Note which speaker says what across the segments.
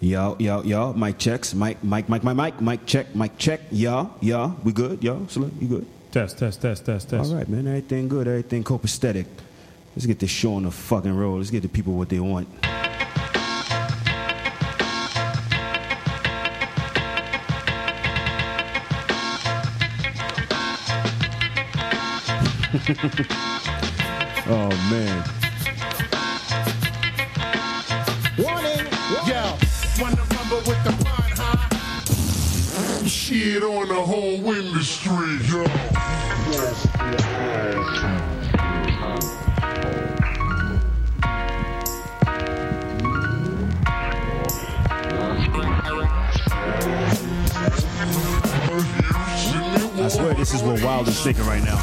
Speaker 1: Yo, yo, yo, mic checks, mic, mic, mic, mic, mic, mic check, mic check, yo, yo, we good, yo, Slim, you good?
Speaker 2: Test, test, test, test, test.
Speaker 1: All right, man, everything good, everything copacetic. Let's get this show on the fucking road. Let's get the people what they want. oh man.
Speaker 3: Warning.
Speaker 4: Yo, wanna rumble with the bun, huh? Shit on the whole industry, yo.
Speaker 1: I swear this is what Wild is thinking right now.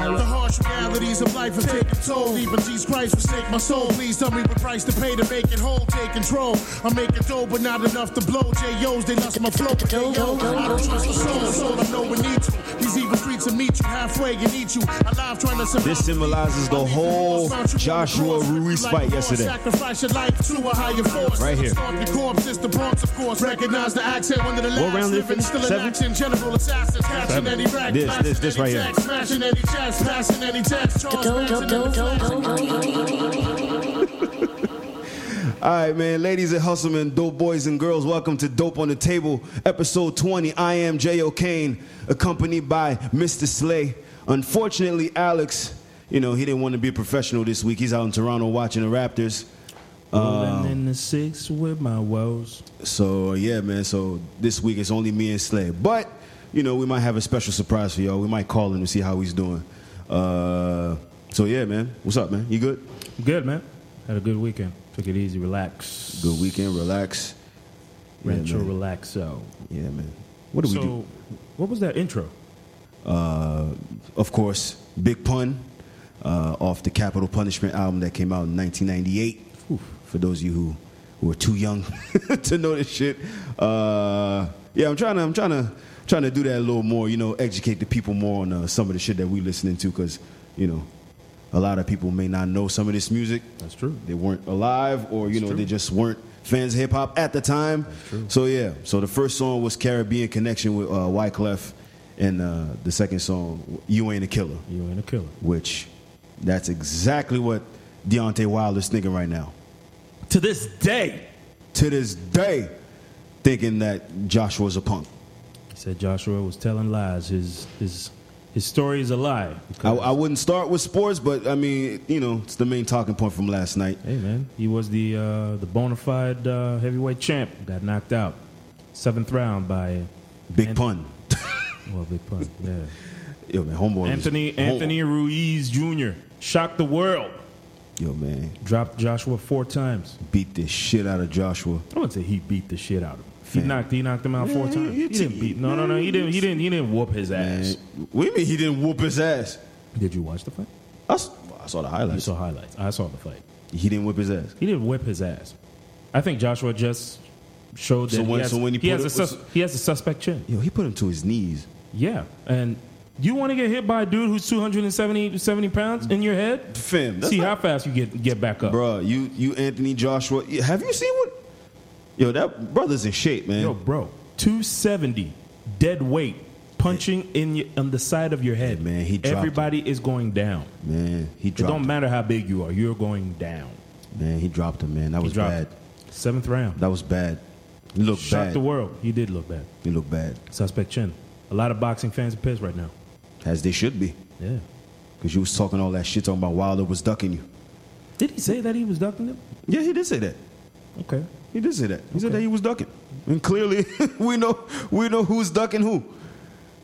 Speaker 4: The harsh realities of life have taken toll. Even Jesus Christ forsake my soul. Please tell me what price to pay to make it whole. Take control. I'm making dough, but not enough to blow. J.O.'s, they lost my flow. But they go. I don't trust my soul, so I know we need to. These evil streets will meet you halfway and eat you. Alive trying to survive.
Speaker 1: This symbolizes the whole Joshua Ruiz fight yesterday.
Speaker 4: Sacrifice your life to a higher force.
Speaker 1: Right here.
Speaker 4: Stomp your corpse, it's the Bronx, of course. Recognize the accent, one of the last
Speaker 1: round did it
Speaker 4: living,
Speaker 1: finish?
Speaker 4: Still in
Speaker 1: Seven?
Speaker 4: action, general assassins, catching any rack.
Speaker 1: This- this- this right here.
Speaker 4: Smashing any chest, passing any test. Charles Manson in the flesh.
Speaker 1: All right, man, ladies and hustlemen, dope boys and girls, welcome to Dope on the Table, episode 20. I am J. O'Kane, accompanied by Mr. Slay. Unfortunately, Alex, you know, he didn't want to be a professional this week. He's out in Toronto watching the Raptors.
Speaker 2: Rolling in the six with my woes.
Speaker 1: So yeah, man. So this week it's only me and Slay, but you know we might have a special surprise for y'all. We might call him to see how he's doing. Uh, so yeah, man. What's up, man? You good?
Speaker 2: Good, man. Had a good weekend. Took it easy, relax.
Speaker 1: Good weekend. Relax. Yeah,
Speaker 2: Retro
Speaker 1: man.
Speaker 2: relaxo.
Speaker 1: Yeah, man. What do
Speaker 2: so,
Speaker 1: we do?
Speaker 2: what was that intro?
Speaker 1: Uh, of course, Big Pun, uh, off the Capital Punishment album that came out in 1998. For those of you who, who are too young to know this shit, uh, yeah, I'm trying to I'm trying to trying to do that a little more. You know, educate the people more on uh, some of the shit that we listening to, because you know, a lot of people may not know some of this music.
Speaker 2: That's true.
Speaker 1: They weren't alive, or you know, they just weren't fans of hip hop at the time. So yeah, so the first song was Caribbean Connection with uh, Wyclef, and uh, the second song You Ain't a Killer,
Speaker 2: You ain't a killer.
Speaker 1: which that's exactly what Deontay Wilder's thinking right now.
Speaker 2: To this day,
Speaker 1: To this day, thinking that Joshua's a punk.
Speaker 2: he said Joshua was telling lies. His his his story is a lie.
Speaker 1: I, I wouldn't start with sports, but I mean, you know, it's the main talking point from last night.
Speaker 2: Hey man, he was the uh, the bona fide uh, heavyweight champ. Got knocked out seventh round by
Speaker 1: Big
Speaker 2: Ant-
Speaker 1: pun.
Speaker 2: Well, big pun. Yeah,
Speaker 1: Yo man, homeboy. was-
Speaker 2: Anthony
Speaker 1: home-
Speaker 2: Anthony Ruiz Jr. shocked the world.
Speaker 1: Yo man,
Speaker 2: Dropped Joshua four times.
Speaker 1: beat the shit out of Joshua.
Speaker 2: I wouldn't say he beat the shit out of him. He
Speaker 1: Fam.
Speaker 2: knocked he knocked him out four
Speaker 1: Man,
Speaker 2: times.
Speaker 1: you
Speaker 2: He didn't
Speaker 1: t-
Speaker 2: beat. No, no, no. He didn't. He didn't. He didn't whoop his ass.
Speaker 1: And what do you mean he didn't whoop his ass?
Speaker 2: Did you watch the fight?
Speaker 1: I, s- I saw the
Speaker 2: You
Speaker 1: highlights.
Speaker 2: saw highlights. I saw the fight.
Speaker 1: He didn't whip his ass.
Speaker 2: He didn't whip his ass. I think Joshua just showed that
Speaker 1: So when-
Speaker 2: he has,
Speaker 1: so when he
Speaker 2: he,
Speaker 1: put
Speaker 2: has a
Speaker 1: it-
Speaker 2: sus- he has a suspect chin.
Speaker 1: Yo, he put him to his knees.
Speaker 2: Yeah, and you want to get hit by a dude who's 270 70 pounds in your head?
Speaker 1: Fam, that's
Speaker 2: See
Speaker 1: not-
Speaker 2: how fast you get get back up.
Speaker 1: Bruh, you you Anthony Joshua. y- Have you seen what? Yo, that brother's in shape, man.
Speaker 2: Yo, bro, 270 dead weight punching in your, on the side of your head.
Speaker 1: Yeah, man, he dropped
Speaker 2: everybody is going down.
Speaker 1: man, he
Speaker 2: It
Speaker 1: dropped.
Speaker 2: don't
Speaker 1: him.
Speaker 2: matter how big you are, you're going down.
Speaker 1: Man, he dropped him, man. That
Speaker 2: He
Speaker 1: was
Speaker 2: dropped
Speaker 1: bad.
Speaker 2: seventh round.
Speaker 1: That was bad. He looked
Speaker 2: Shocked
Speaker 1: bad.
Speaker 2: the world. He did look bad.
Speaker 1: He looked bad,
Speaker 2: Suspect chin. A lot of boxing fans are pissed right now.
Speaker 1: as they should be,
Speaker 2: Yeah.
Speaker 1: because you was talking all that shit talking about Wilder was ducking you.
Speaker 2: Did he say that he was ducking them?
Speaker 1: Yeah, he did say that.
Speaker 2: Okay.
Speaker 1: He did say that. He said
Speaker 2: Okay.
Speaker 1: that he was ducking, and clearly we know we know who's ducking who.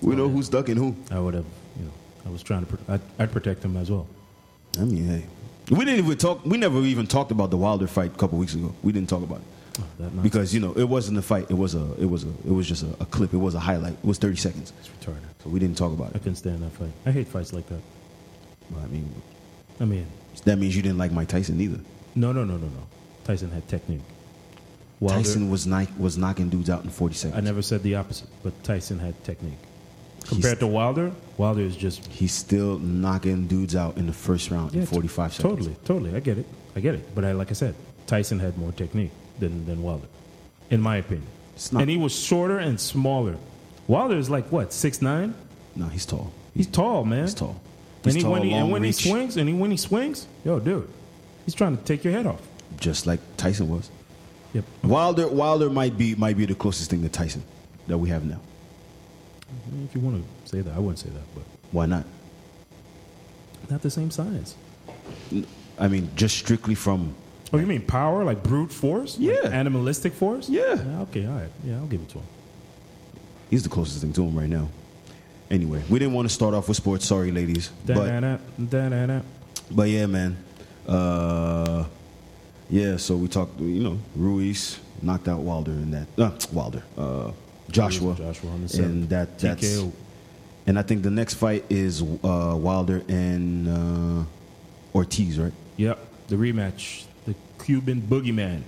Speaker 1: We know who's ducking who.
Speaker 2: I would have, you know, I was trying to, pr- I'd, I'd protect him as well.
Speaker 1: I mean, hey, we didn't even talk. We never even talked about the Wilder fight a couple weeks ago. We didn't talk about it
Speaker 2: Oh, that nonsense
Speaker 1: because you know it wasn't a fight. It was a. It was a. It was just a, a clip. It was a highlight. It was thirty seconds.
Speaker 2: is retarded.
Speaker 1: So we didn't talk about
Speaker 2: I
Speaker 1: it.
Speaker 2: couldn't stand that fight. I hate fights like that.
Speaker 1: But, I mean,
Speaker 2: I mean,
Speaker 1: that means you didn't like Mike Tyson either.
Speaker 2: no, no, no, no, no. Tyson had technique. Wilder,
Speaker 1: Tyson was ni- was knocking dudes out in forty seconds.
Speaker 2: I never said the opposite, but Tyson had technique. compared to Wilder. Wilder is just
Speaker 1: He's still knocking dudes out in the first round in 45 seconds.
Speaker 2: Totally, totally. I get it. I get it. But I, like I said, Tyson had more technique than, than Wilder, in my opinion.
Speaker 1: It's not-
Speaker 2: and he was shorter and smaller. Wilder is like what six nine.
Speaker 1: No, he's tall.
Speaker 2: He's tall, man.
Speaker 1: He's tall. He's
Speaker 2: And he,
Speaker 1: tall,
Speaker 2: when, he, and
Speaker 1: long
Speaker 2: when
Speaker 1: reach,
Speaker 2: he swings, and he when he swings, yo, dude, he's trying to take your head off.
Speaker 1: just like Tyson was.
Speaker 2: Yep.
Speaker 1: Wilder, Wilder might be might be the closest thing to Tyson that we have now.
Speaker 2: If you want to say that, I wouldn't say that, but
Speaker 1: Why not?
Speaker 2: not the same size.
Speaker 1: I mean, just strictly from
Speaker 2: Oh, you mean power, like brute force? Like
Speaker 1: Yeah.
Speaker 2: animalistic force?
Speaker 1: Yeah.
Speaker 2: Okay, all right. Yeah, I'll give it to him.
Speaker 1: he's the closest thing to him right now. Anyway, we didn't want to start off with sports. Sorry, ladies. But
Speaker 2: Da-na-na, da-na-na.
Speaker 1: But yeah, man. Uh, yeah, so we talked, you know, Ruiz knocked out Wilder in that. Uh, Wilder. Uh, Joshua.
Speaker 2: Joshua on the
Speaker 1: And
Speaker 2: seventh.
Speaker 1: that, that's.
Speaker 2: TKO.
Speaker 1: And I think the next fight is uh, Wilder and uh, Ortiz, right?
Speaker 2: Yep, the rematch, the Cuban boogeyman.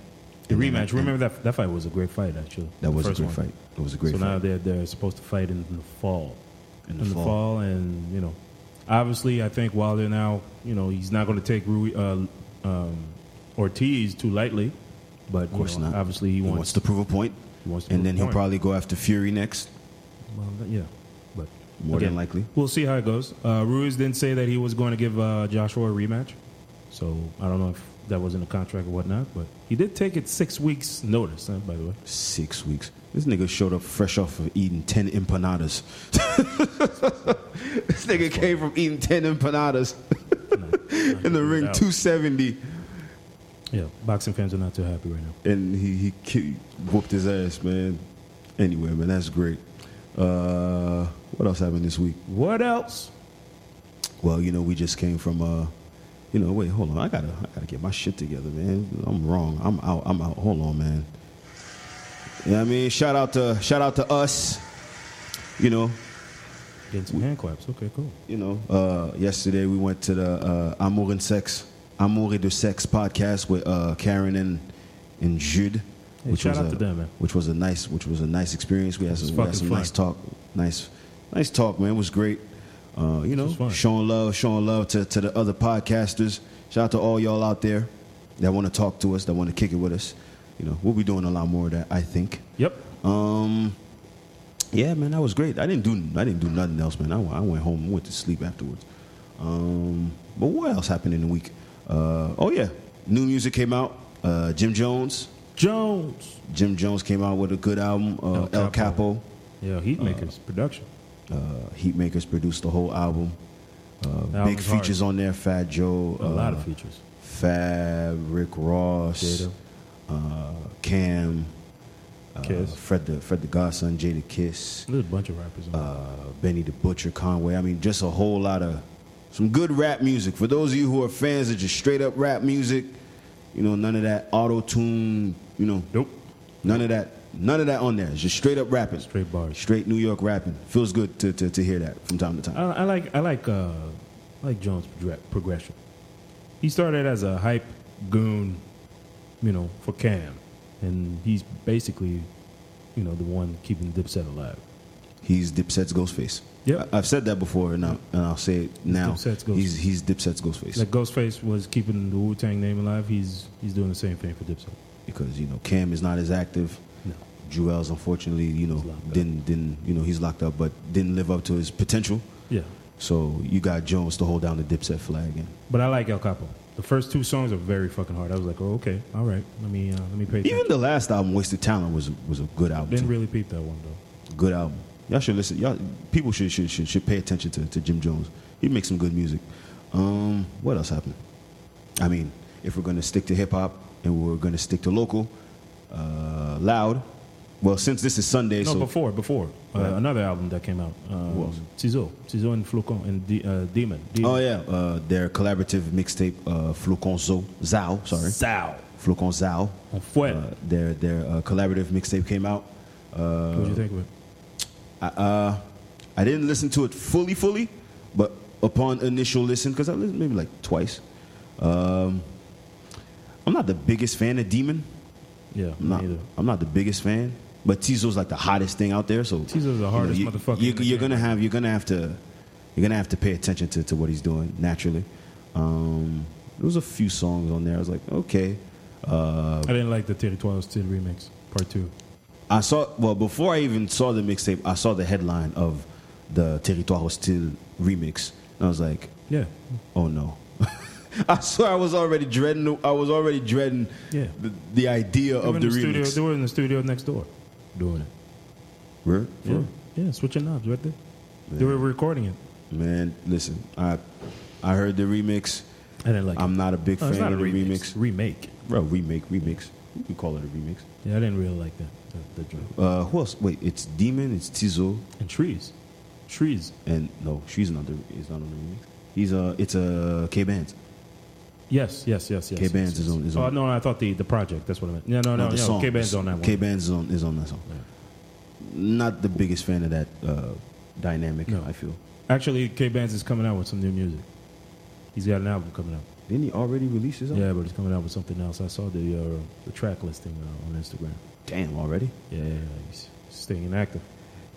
Speaker 2: The
Speaker 1: And then-
Speaker 2: rematch. Remember that that fight was a great fight, actually.
Speaker 1: That
Speaker 2: The
Speaker 1: was a
Speaker 2: first
Speaker 1: great
Speaker 2: one.
Speaker 1: fight. That was a great
Speaker 2: so now
Speaker 1: fight.
Speaker 2: they're they're supposed to fight in the fall.
Speaker 1: In the fall.
Speaker 2: and you know, obviously, I think Wilder now, you know, he's not going to take Rui, uh, um, Ortiz too lightly, but
Speaker 1: Of course not.
Speaker 2: obviously, he,
Speaker 1: he
Speaker 2: wants,
Speaker 1: wants to prove a point.
Speaker 2: He wants to
Speaker 1: and
Speaker 2: prove
Speaker 1: then
Speaker 2: a
Speaker 1: he'll
Speaker 2: point.
Speaker 1: probably go after Fury next.
Speaker 2: Well, th- yeah, but
Speaker 1: More than likely.
Speaker 2: we'll see how it goes. Uh, Ruiz didn't say that he was going to give uh, Joshua a rematch, so I don't know if that was in the contract or whatnot. But he did take it six weeks' notice, huh, by the way.
Speaker 1: Six weeks. This nigga showed up fresh off of eating 10 empanadas. this nigga came from eating 10 empanadas in the ring,
Speaker 2: doubt.
Speaker 1: 270.
Speaker 2: Yeah, boxing fans are not too happy right now.
Speaker 1: And he, he ki- whooped his ass, man. Anyway, man, that's great. Uh, what else happened this week?
Speaker 2: What else?
Speaker 1: Well, you know, we just came from, uh, you know, wait, hold on. I gotta, I gotta get my shit together, man. I'm wrong. I'm out. I'm out. Hold on, man. You know what I mean? Shout out to, shout out to us. You know,
Speaker 2: Getting some hand claps. Okay, cool.
Speaker 1: you know, uh, yesterday we went to the uh, Amour and Sex, Amour de Sex podcast with uh, Karen and and Jude,
Speaker 2: Hey, shout out
Speaker 1: a,
Speaker 2: to them, man.
Speaker 1: which was a nice, which was a nice experience. We had
Speaker 2: was
Speaker 1: some, we had
Speaker 2: fucking
Speaker 1: some
Speaker 2: fun.
Speaker 1: nice talk, nice, nice talk, man. It was great. Uh, you
Speaker 2: was
Speaker 1: know,
Speaker 2: fun.
Speaker 1: showing love, showing love to, to the other podcasters. Shout out to all y'all out there that want to talk to us, that want to kick it with us. You know, we'll be doing a lot more of that, I think.
Speaker 2: Yep.
Speaker 1: Um, yeah, man, that was great. I didn't do I didn't do nothing else, man. I, went- I went home, and went to sleep afterwards. Um, but what else happened in the week? Uh, oh yeah, new music came out. Uh, Jim Jones,
Speaker 2: Jones.
Speaker 1: Jim Jones came out with a good album. Uh,
Speaker 2: El
Speaker 1: El,
Speaker 2: Capo.
Speaker 1: Capo.
Speaker 2: Yeah, Heatmakers production.
Speaker 1: Uh, Heatmakers produced the whole album.
Speaker 2: That
Speaker 1: uh, Big
Speaker 2: was hard.
Speaker 1: features on there. Fat Joe. uh,
Speaker 2: A lot of features.
Speaker 1: Fab, Rick Ross,
Speaker 2: Jada.
Speaker 1: uh, Cam,
Speaker 2: Kiss.
Speaker 1: Uh, Fred the Fred the Godson, Jada Kiss.
Speaker 2: There's a bunch of rappers. On there.
Speaker 1: uh, Benny the Butcher, Conway. I mean, just a whole lot of some good rap music. For those of you who are fans of just straight up rap music, you know, none of that auto tune, you know,
Speaker 2: Nope.
Speaker 1: none of that, none of that on there. It's just straight up rapping,
Speaker 2: Straight bars.
Speaker 1: straight New York rapping. Feels good to, to, to hear that from time to time.
Speaker 2: I, I like I like uh, I like Jones' progr- progression. He started as a hype goon, you know, for Cam, and he's basically, you know, the one keeping Dipset alive.
Speaker 1: He's Dipset's Ghostface.
Speaker 2: Yep.
Speaker 1: I- I've said that before, and I'll, and I'll say it now.
Speaker 2: Dipset's Ghostface.
Speaker 1: he's he's Dipset's Ghostface
Speaker 2: Like Ghostface was keeping the Wu Tang name alive. He's he's doing the same thing for Dipset.
Speaker 1: because you know Cam is not as active.
Speaker 2: No.
Speaker 1: Jewel's unfortunately, you know,
Speaker 2: locked up.
Speaker 1: didn't didn't you know he's locked up, but didn't live up to his potential.
Speaker 2: Yeah,
Speaker 1: So you got Jones to hold down the Dipset flag, and
Speaker 2: but I like El Capo. The first two songs are very fucking hard. I was like, oh okay, all right, let me uh, let me pay.
Speaker 1: even
Speaker 2: attention.
Speaker 1: the last album, Wasted Talent, was was a good album.
Speaker 2: Didn't
Speaker 1: too.
Speaker 2: really peep that one though.
Speaker 1: Good album. Y'all should listen. Y'all people should should should, should pay attention to, to Jim Jones. He makes some good music. Um, what else happened? I mean, if we're gonna stick to hip hop and we're gonna stick to local, uh, loud. Well, since this is Sunday,
Speaker 2: No,
Speaker 1: so
Speaker 2: before before uh, another album that came out. Um,
Speaker 1: Who else?
Speaker 2: Cizo, Cizo and Flocon and D, uh, Demon. Demon.
Speaker 1: oh yeah, uh, their collaborative mixtape, uh, Flocon Zo- Zao, sorry,
Speaker 2: Zao.
Speaker 1: Flocon Zao.
Speaker 2: On Fuet.
Speaker 1: Uh, their their uh, collaborative mixtape came out.
Speaker 2: What'd you think of it?
Speaker 1: I, uh, I didn't listen to it fully, fully, but upon initial listen, because I listened maybe like twice. Um, I'm not the biggest fan of Demon.
Speaker 2: Yeah,
Speaker 1: I'm
Speaker 2: me
Speaker 1: not,
Speaker 2: neither.
Speaker 1: I'm not the biggest fan. But Tizo's like the hottest thing out there. So
Speaker 2: Tizo's the hardest motherfucker in
Speaker 1: You,
Speaker 2: the
Speaker 1: you're gonna
Speaker 2: game.
Speaker 1: have you're gonna have to you're gonna have to pay attention to, to what he's doing naturally. Um, there was a few songs on there. I was like, okay.
Speaker 2: I didn't like the Territorial Still remix, part two.
Speaker 1: I saw well before I even saw the mixtape, I saw the headline of the Territoire Hostile remix, and I was like,
Speaker 2: Yeah.
Speaker 1: oh no. I swear I was already dreading. the- I was already dreading
Speaker 2: Yeah.
Speaker 1: the, the idea
Speaker 2: They were,
Speaker 1: of
Speaker 2: in
Speaker 1: the,
Speaker 2: the studio,
Speaker 1: remix.
Speaker 2: they were in the studio next door doing it.
Speaker 1: Word?
Speaker 2: Yeah, yeah switching knobs right there. They were recording it.
Speaker 1: Man, listen, I I heard the remix.
Speaker 2: I didn't like
Speaker 1: I'm
Speaker 2: it.
Speaker 1: not a big
Speaker 2: No,
Speaker 1: fan of the remix.
Speaker 2: Remake.
Speaker 1: Bro, remake, remix. You can call it a remix.
Speaker 2: Yeah, I didn't really like that. The, the joint.
Speaker 1: Uh, who else? Wait, it's Demon, it's Tizo,
Speaker 2: And trees. Trees.
Speaker 1: and no, she's not the is not on the remix. He's uh, it's uh, K Bands.
Speaker 2: Yes, yes, yes, yes.
Speaker 1: K Bands
Speaker 2: yes,
Speaker 1: is
Speaker 2: yes.
Speaker 1: on- is
Speaker 2: Oh
Speaker 1: on.
Speaker 2: no, I thought the the project. That's what I meant. No, Oh, no, no,
Speaker 1: the
Speaker 2: no.
Speaker 1: song.
Speaker 2: K Band's on that one.
Speaker 1: K Bands is on is on that song. Not the biggest fan of that uh, dynamic.
Speaker 2: No.
Speaker 1: I feel.
Speaker 2: Actually, K Bands is coming out with some new music. He's got an album coming out.
Speaker 1: Didn't he already release his? Album?
Speaker 2: Yeah, but he's coming out with something else. I saw the uh, the track listing uh, on Instagram.
Speaker 1: Damn, already.
Speaker 2: Yeah, yeah, yeah. he's staying active.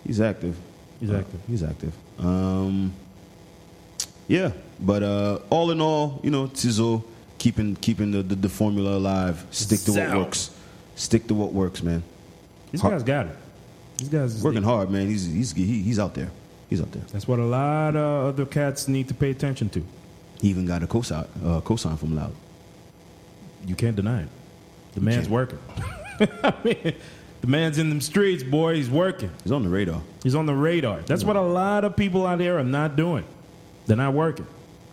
Speaker 1: He's active.
Speaker 2: He's
Speaker 1: Uh,
Speaker 2: active.
Speaker 1: He's active. Um, yeah, but uh, all in all, you know, Tizo keeping keeping the, the, the formula alive. Stick to what
Speaker 2: Sound.
Speaker 1: works. Stick to what works, man.
Speaker 2: These
Speaker 1: Har-
Speaker 2: guys got it. These guys is
Speaker 1: Working hard, man. He's he's he, he's out there. He's out there.
Speaker 2: That's what a lot of other cats need to pay attention to.
Speaker 1: He even got a cosign uh, cosign from Loud.
Speaker 2: You can't deny it. The man's
Speaker 1: can't.
Speaker 2: working. I mean, the man's in them streets, boy. He's working.
Speaker 1: He's on the radar.
Speaker 2: He's on the radar. That's what a lot of people out there are not doing. They're not working.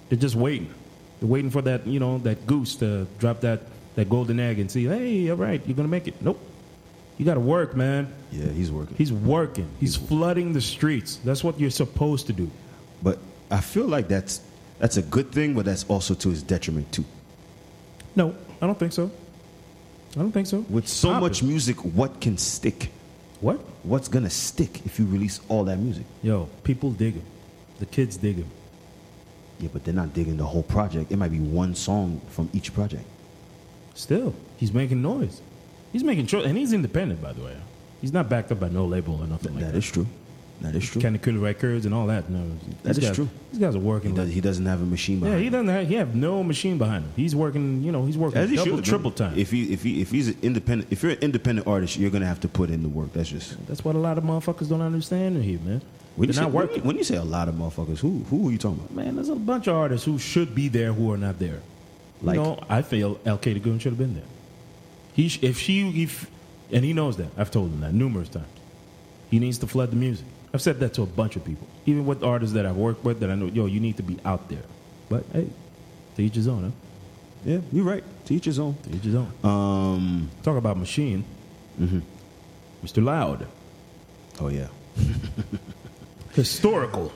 Speaker 2: They're just waiting. They're waiting for that, you know, that goose to drop that, that golden egg and see, hey, all right, you're gonna make it. Nope. You gotta work, man.
Speaker 1: Yeah, he's working.
Speaker 2: He's working. He's flooding the streets. That's what you're supposed to do.
Speaker 1: but I feel like that's that's a good thing, but that's also to his detriment too.
Speaker 2: No, I don't think so. I don't think so.
Speaker 1: With so
Speaker 2: Stop
Speaker 1: much
Speaker 2: it.
Speaker 1: music, what can stick?
Speaker 2: what?
Speaker 1: What's gonna stick if you release all that music?
Speaker 2: Yo, people dig him. The kids dig him.
Speaker 1: Yeah, but they're not digging the whole project. It might be one song from each project.
Speaker 2: Still, he's making noise. He's making sure, and he's independent, by the way. He's not backed up by no label or nothing like
Speaker 1: that
Speaker 2: that.
Speaker 1: is true. That is true.
Speaker 2: Kenny Cooley Records and all that. No,
Speaker 1: That
Speaker 2: these
Speaker 1: is
Speaker 2: guys-
Speaker 1: true.
Speaker 2: These guys are
Speaker 1: he,
Speaker 2: working.
Speaker 1: does,
Speaker 2: like-
Speaker 1: not have a machine
Speaker 2: yeah,
Speaker 1: behind.
Speaker 2: he doesn't. Have, he have no machine behind him. He's working. You know, he's working
Speaker 1: As he
Speaker 2: double,
Speaker 1: should,
Speaker 2: triple
Speaker 1: man.
Speaker 2: time.
Speaker 1: If he if he if he's an independent, if you're an independent artist, you're gonna have to put in the work. That's just
Speaker 2: That's what a lot of motherfuckers don't understand in here, man.
Speaker 1: when you
Speaker 2: They're
Speaker 1: say,
Speaker 2: not
Speaker 1: when you-
Speaker 2: working.
Speaker 1: When you say a lot of motherfuckers, who who are you talking about?
Speaker 2: man, there's a bunch of artists who should be there who are not there.
Speaker 1: Like-
Speaker 2: you know, I feel LK the Goon should have been there. He sh- if she if and he knows that. I've told him that numerous times. He needs to flood the music. I've said that to a bunch of people, even with artists that I've worked with that I know. Yo, you need to be out there. But hey, to each his own. Huh?
Speaker 1: Yeah, you're right. To each his own.
Speaker 2: To each his own.
Speaker 1: Um.
Speaker 2: Talk about machine.
Speaker 1: Mm-hmm.
Speaker 2: Mr. Loud,
Speaker 1: Oh yeah.
Speaker 2: historical.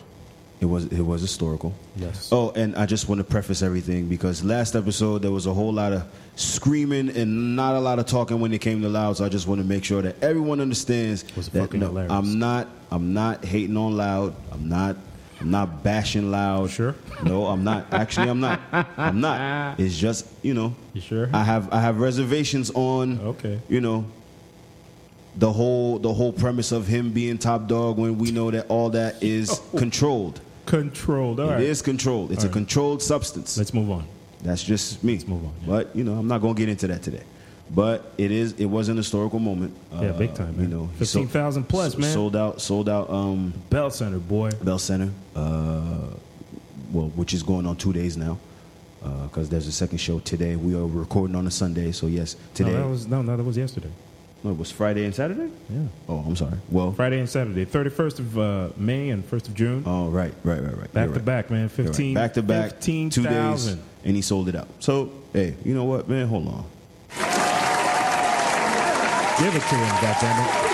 Speaker 1: It was it was historical.
Speaker 2: Yes.
Speaker 1: Oh, and I just want to preface everything because last episode there was a whole lot of screaming and not a lot of talking when it came to loud. So I just want to make sure that everyone understands
Speaker 2: Was
Speaker 1: that
Speaker 2: fucking hilarious.
Speaker 1: I'm not I'm not hating on loud. I'm not I'm not bashing loud.
Speaker 2: Sure.
Speaker 1: No, I'm not. Actually, I'm not. I'm not. It's just you know.
Speaker 2: You sure?
Speaker 1: I have I have reservations on.
Speaker 2: Okay.
Speaker 1: You know. The whole the whole premise of him being top dog when we know that all that is controlled.
Speaker 2: Controlled. All
Speaker 1: It
Speaker 2: right.
Speaker 1: is controlled. It's a
Speaker 2: right.
Speaker 1: controlled substance.
Speaker 2: Let's move on.
Speaker 1: That's just me.
Speaker 2: Let's move on, yeah.
Speaker 1: But you know, I'm not gonna get into that today. But it is. It was an historical moment. Uh,
Speaker 2: Yeah, big time, man.
Speaker 1: You know, he sold-
Speaker 2: 15,000 plus,
Speaker 1: so-
Speaker 2: man.
Speaker 1: Sold out. Sold out. Um,
Speaker 2: Bell Center, boy.
Speaker 1: Bell Center. Uh, well, which is going on two days now, because there's a second show today. We are recording on a Sunday, so yes, today.
Speaker 2: No, that was no, no, that was yesterday.
Speaker 1: No, it was Friday and Saturday.
Speaker 2: Yeah.
Speaker 1: Oh, I'm sorry. Well,
Speaker 2: Friday and Saturday, 31st of uh, May and 1st of June.
Speaker 1: oh right, right, right, right.
Speaker 2: back
Speaker 1: You're
Speaker 2: to
Speaker 1: right.
Speaker 2: back, man.
Speaker 1: You're right.
Speaker 2: 15,
Speaker 1: Back to back. two days,
Speaker 2: 15,000.
Speaker 1: and he sold it out. So hey, you know what, man? Hold on.
Speaker 2: Give it to him, goddammit.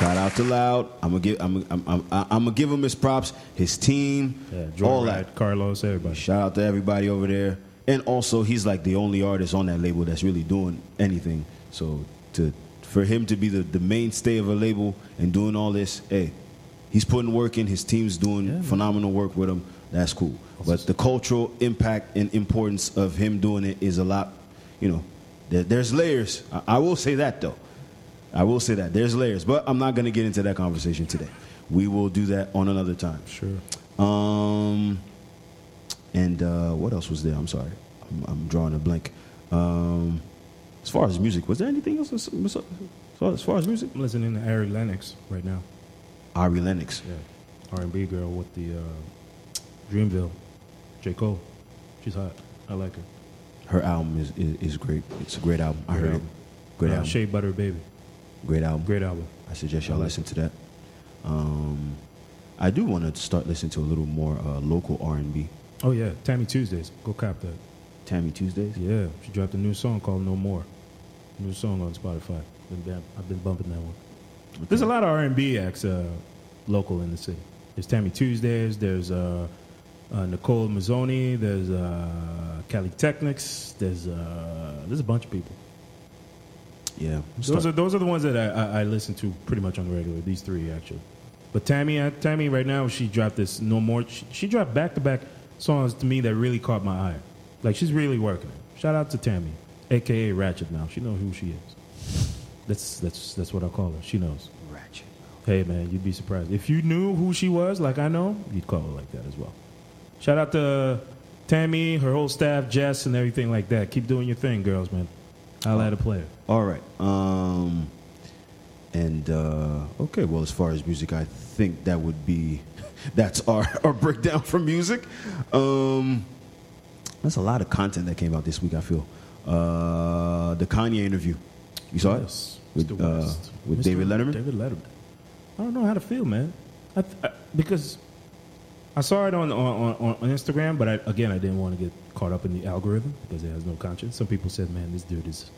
Speaker 1: Shout out to Loud. I'm gonna give I'm I'm, I'm, I'm gonna give him his props, his team,
Speaker 2: Yeah,
Speaker 1: all
Speaker 2: Joyride,
Speaker 1: that.
Speaker 2: Carlos, everybody.
Speaker 1: Shout out to everybody over there. And also, he's like the only artist on that label that's really doing anything. So to for him to be the, the mainstay of a label and doing all this, hey, he's putting work in. His team's doing phenomenal work with him. That's cool. But the cultural impact and importance of him doing it is a lot. You know, there, there's layers. I, I will say that though I will say that there's layers, but I'm not going to get into that conversation today. We will do that on another time.
Speaker 2: Sure.
Speaker 1: Um, and uh, what else was there? I'm sorry, I'm, I'm drawing a blank. Um, as far as music, was there anything else? As as far as, far as music,
Speaker 2: I'm listening to Ari Lennox right now.
Speaker 1: Ari Lennox.
Speaker 2: Yeah, R&B girl with the uh, Dreamville, J Cole. She's hot. I like her.
Speaker 1: Her album is, is, is great. It's a great album. I
Speaker 2: Great
Speaker 1: heard
Speaker 2: album.
Speaker 1: it. Great
Speaker 2: Uh,
Speaker 1: album.
Speaker 2: Shea Butter Baby.
Speaker 1: Great album.
Speaker 2: Great album.
Speaker 1: I suggest y'all listen to that. Um, I do want to start listening to a little more uh, local R&B.
Speaker 2: Oh yeah, Tammy Tuesdays. Go cop that.
Speaker 1: Tammy Tuesdays.
Speaker 2: Yeah, she dropped a new song called No More. New song on Spotify. Been bam- I've been bumping that one. There's a lot of R&B acts uh, local in the city. There's Tammy Tuesdays. There's uh, uh, Nicole Mazzoni. There's uh, Cali Technics. There's uh, there's a bunch of people.
Speaker 1: Yeah.
Speaker 2: Those are those are the ones that I, I, I listen to pretty much on the regular. These three actually. But Tammy, uh, Tammy, right now she dropped this no more. She, she dropped back to back songs to me that really caught my eye. Like she's really working. it. Shout out to Tammy, aka Ratchet. Now she knows who she is. That's that's that's what I call her. She knows.
Speaker 1: Ratchet.
Speaker 2: Hey man, you'd be surprised if you knew who she was. Like I know, you'd call her like that as well. Shout out to Tammy, her whole staff, Jess, and everything like that. Keep doing your thing, girls, man. I'll add a player.
Speaker 1: All right. Um, and uh, okay, well, as far as music, I think that would be that's our, our breakdown for music. Um, that's a lot of content that came out this week. I feel uh, the Kanye interview. You saw
Speaker 2: Yes.
Speaker 1: it
Speaker 2: Mr.
Speaker 1: with, uh,
Speaker 2: West.
Speaker 1: with
Speaker 2: Mr.
Speaker 1: David Letterman.
Speaker 2: David Letterman. I don't know how to feel, man. I th- I, because I saw it on, on, on, on Instagram, but I, again, I didn't want to get caught up in the algorithm because it has no conscience. Some people said, man, this dude is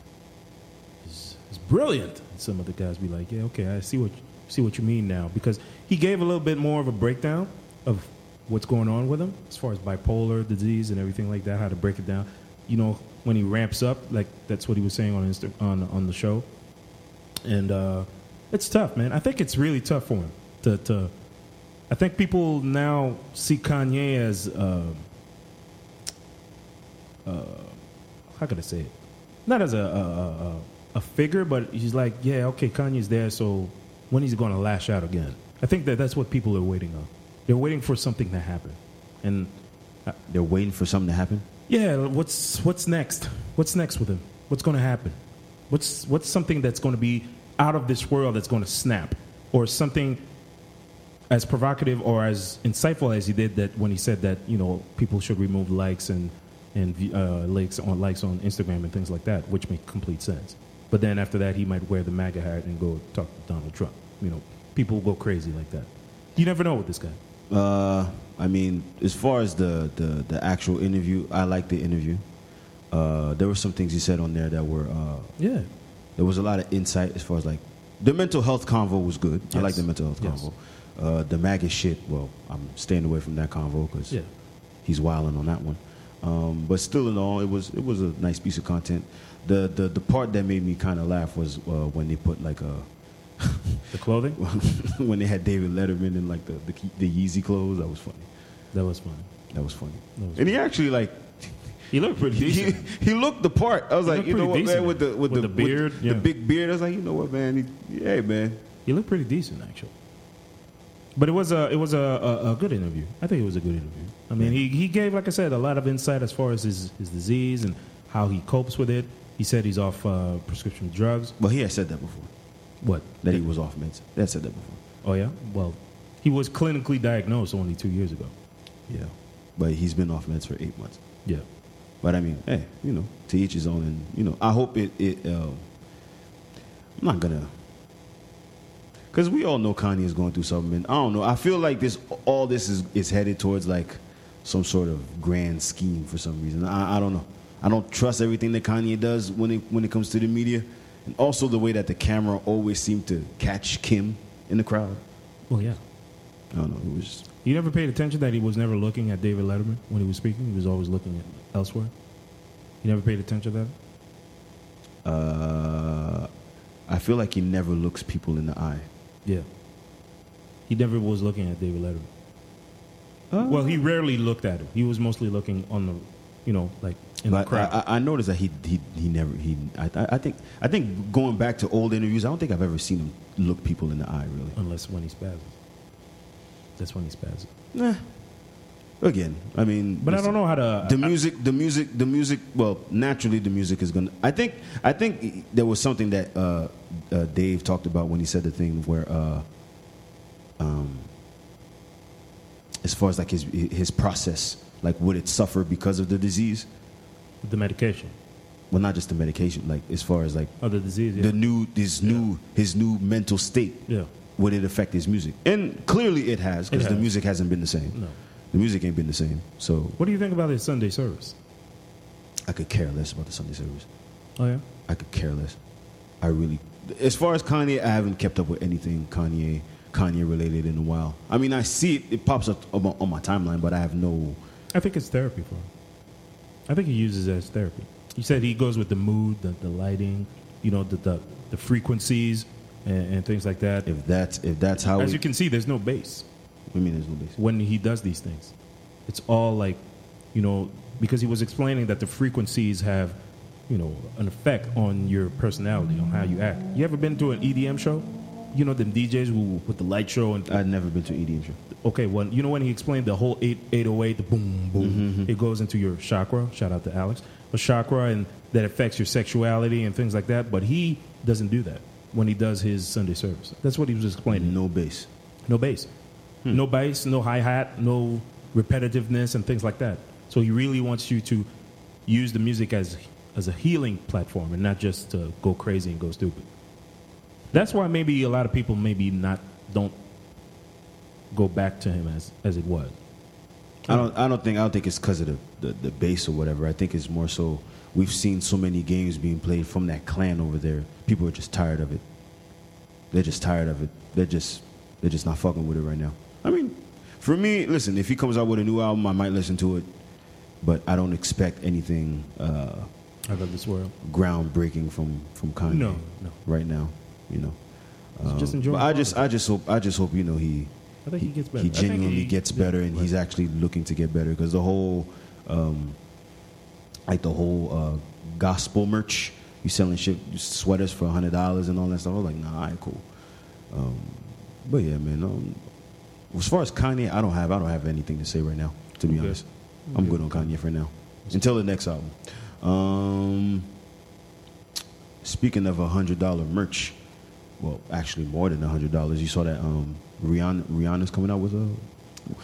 Speaker 2: is, is brilliant. And some of the guys be like, yeah, okay, I see what see what you mean now because he gave a little bit more of a breakdown of what's going on with him as far as bipolar disease and everything like that, how to break it down. You know, when he ramps up, like that's what he was saying on Insta- on on the show and uh, it's tough, man. I think it's really tough for him to. to I think people now see Kanye as um uh, how could I say it? Not as a a, a- a a figure, but he's like, yeah, okay, Kanye's there, so when he's going to lash out again? I think that that's what people are waiting on. They're waiting for something to happen, and
Speaker 1: They're waiting for something to happen.
Speaker 2: yeah, what's what's next? What's next with him? What's going to happen? What's what's something that's going to be out of this world that's going to snap, or something as provocative or as insightful as he did that when he said that you know people should remove likes and and uh, likes on likes on Instagram and things like that, which make complete sense. But then after that, he might wear the MAGA hat and go talk to Donald Trump. You know, people go crazy like that. You never know with this guy.
Speaker 1: Uh, I mean, as far as the, the, the actual interview, I liked the interview. Uh, there were some things he said on there that were uh,
Speaker 2: Yeah,
Speaker 1: there was a lot of insight as far as like the mental health convo was good. I
Speaker 2: Yes.
Speaker 1: like the mental health
Speaker 2: Yes.
Speaker 1: convo. Uh, the maggot shit. Well, I'm staying away from that convo because
Speaker 2: Yeah.
Speaker 1: he's wilding on that one. Um, but still, in all, it was it was a nice piece of content. The the, the part that made me kind of laugh was uh, when they put like a
Speaker 2: the clothing
Speaker 1: when they had David Letterman in like the the, Ke- the Yeezy clothes. That was funny.
Speaker 2: that was funny.
Speaker 1: That was funny.
Speaker 2: That was
Speaker 1: and he actually like
Speaker 2: He looked pretty
Speaker 1: he,
Speaker 2: decent.
Speaker 1: he looked the part. I was
Speaker 2: He
Speaker 1: like,
Speaker 2: looked
Speaker 1: you know what,
Speaker 2: pretty
Speaker 1: man,
Speaker 2: decent.
Speaker 1: with the with,
Speaker 2: With
Speaker 1: the
Speaker 2: the beard,
Speaker 1: with
Speaker 2: yeah.
Speaker 1: the big beard. I was like, you know what, man, he, hey man,
Speaker 2: You look pretty decent, actually. But it was a it was a, a, a good interview. I think it was a good interview. I mean, he, he gave, like I said, a lot of insight as far as his, his disease and how he copes with it. He said he's off uh, prescription drugs.
Speaker 1: Well, he had said that before,
Speaker 2: What?
Speaker 1: that he was off meds. They had said that before.
Speaker 2: Oh yeah. Well, he was clinically diagnosed only two years ago.
Speaker 1: Yeah. But he's been off meds for eight months.
Speaker 2: Yeah.
Speaker 1: But I mean, hey, you know, to each his own. And, you know, I hope it, it um, I'm not going to. Because we all know Kanye is going through something. And I don't know. I feel like this, all this is, is headed towards like some sort of grand scheme for some reason. I, I don't know. I don't trust everything that Kanye does when it, when it comes to the media. And also the way that the camera always seemed to catch Kim in the crowd.
Speaker 2: Well, yeah.
Speaker 1: I don't know. It was just.
Speaker 2: You never paid attention that he was never looking at David Letterman when he was speaking. He was always looking at elsewhere. You never paid attention to that.
Speaker 1: Uh, I feel like he never looks people in the eye.
Speaker 2: Yeah. He never was looking at David Letterman. Well, he rarely looked at him. He was mostly looking on the, you know, like in
Speaker 1: But
Speaker 2: the crowd.
Speaker 1: I, I- I noticed that he he, he never he I, I I think I think going back to old interviews, I don't think I've ever seen him look people in the eye really.
Speaker 2: unless when he spazzes. That's when he spazzes.
Speaker 1: Nah. Again, I mean,
Speaker 2: But I
Speaker 1: listen,
Speaker 2: don't know how to. uh,
Speaker 1: The music, the music, the music. Well, naturally, the music is gonna. I think. I think there was something that uh, uh, Dave talked about when he said the thing where, uh, um, as far as like his his process, like would it suffer because of the disease?
Speaker 2: the medication
Speaker 1: Well, not just the medication. Like as far as like
Speaker 2: of the disease. Yeah.
Speaker 1: the new his new his new mental state.
Speaker 2: Yeah.
Speaker 1: Would it affect his music? And clearly, it has because
Speaker 2: It
Speaker 1: the
Speaker 2: has.
Speaker 1: music hasn't been the same.
Speaker 2: No.
Speaker 1: The music ain't been the same. So
Speaker 2: What do you think about his Sunday service?
Speaker 1: I could care less about the Sunday service.
Speaker 2: Oh yeah.
Speaker 1: I could care less. I really, as far as Kanye, I haven't kept up with anything Kanye Kanye related in a while. I mean, I see it; it pops up on my, on my timeline, but I have no.
Speaker 2: I think it's therapy for him. I think he uses it as therapy. You said he goes with the mood, the, the lighting, you know, the the, the frequencies and, and things like that.
Speaker 1: If that's if that's how
Speaker 2: As
Speaker 1: we,
Speaker 2: you can see, there's no bass
Speaker 1: I mean, there's no basis.
Speaker 2: when he does these things. It's all like, you know, because he was explaining that the frequencies have, you know, an effect on your personality, on how you act. You ever been to an EDM show? You know, them DJs who with the light show and
Speaker 1: I've never been to E an EDM show.
Speaker 2: okay, when you know when he explained the whole eight, 808, the boom, boom, it goes into your chakra. Shout out to Alex, a chakra, and that affects your sexuality and things like that. But he doesn't do that when he does his Sunday service. That's what he was explaining.
Speaker 1: No bass.
Speaker 2: No bass, no bass, no hi hat, no repetitiveness and things like that. So he really wants you to use the music as as a healing platform and not just to go crazy and go stupid. That's why maybe a lot of people maybe not don't go back to him as as it was.
Speaker 1: I don't. I don't think. I don't think it's because of the, the the bass or whatever. I think it's more so we've seen so many games being played from that clan over there. People are just tired of it. They're just tired of it. They're just they're just not fucking with it right now. I mean, for me, listen. If he comes out with a new album, I might listen to it, but I don't expect anything uh,
Speaker 2: Out of this world,
Speaker 1: groundbreaking from from Kanye.
Speaker 2: No, no.
Speaker 1: Right now, you know.
Speaker 2: just
Speaker 1: Um,
Speaker 2: enjoy.
Speaker 1: but I just I just hope I just hope you know he
Speaker 2: I think he gets better.
Speaker 1: he
Speaker 2: I think
Speaker 1: genuinely
Speaker 2: he-
Speaker 1: gets better and
Speaker 2: yeah,
Speaker 1: he's actually looking to get better because the whole um, like the whole uh, gospel merch you selling shit sweaters for hundred dollars and all that stuff I was like nah alright, cool um, but yeah man um, as far as Kanye I don't have I don't have anything to say right now to be
Speaker 2: Okay.
Speaker 1: honest I'm good on Kanye for now until the next album um, Speaking of hundred dollar merch, well, actually more than hundred dollars. You saw that um, Rihanna Rihanna's coming out with a.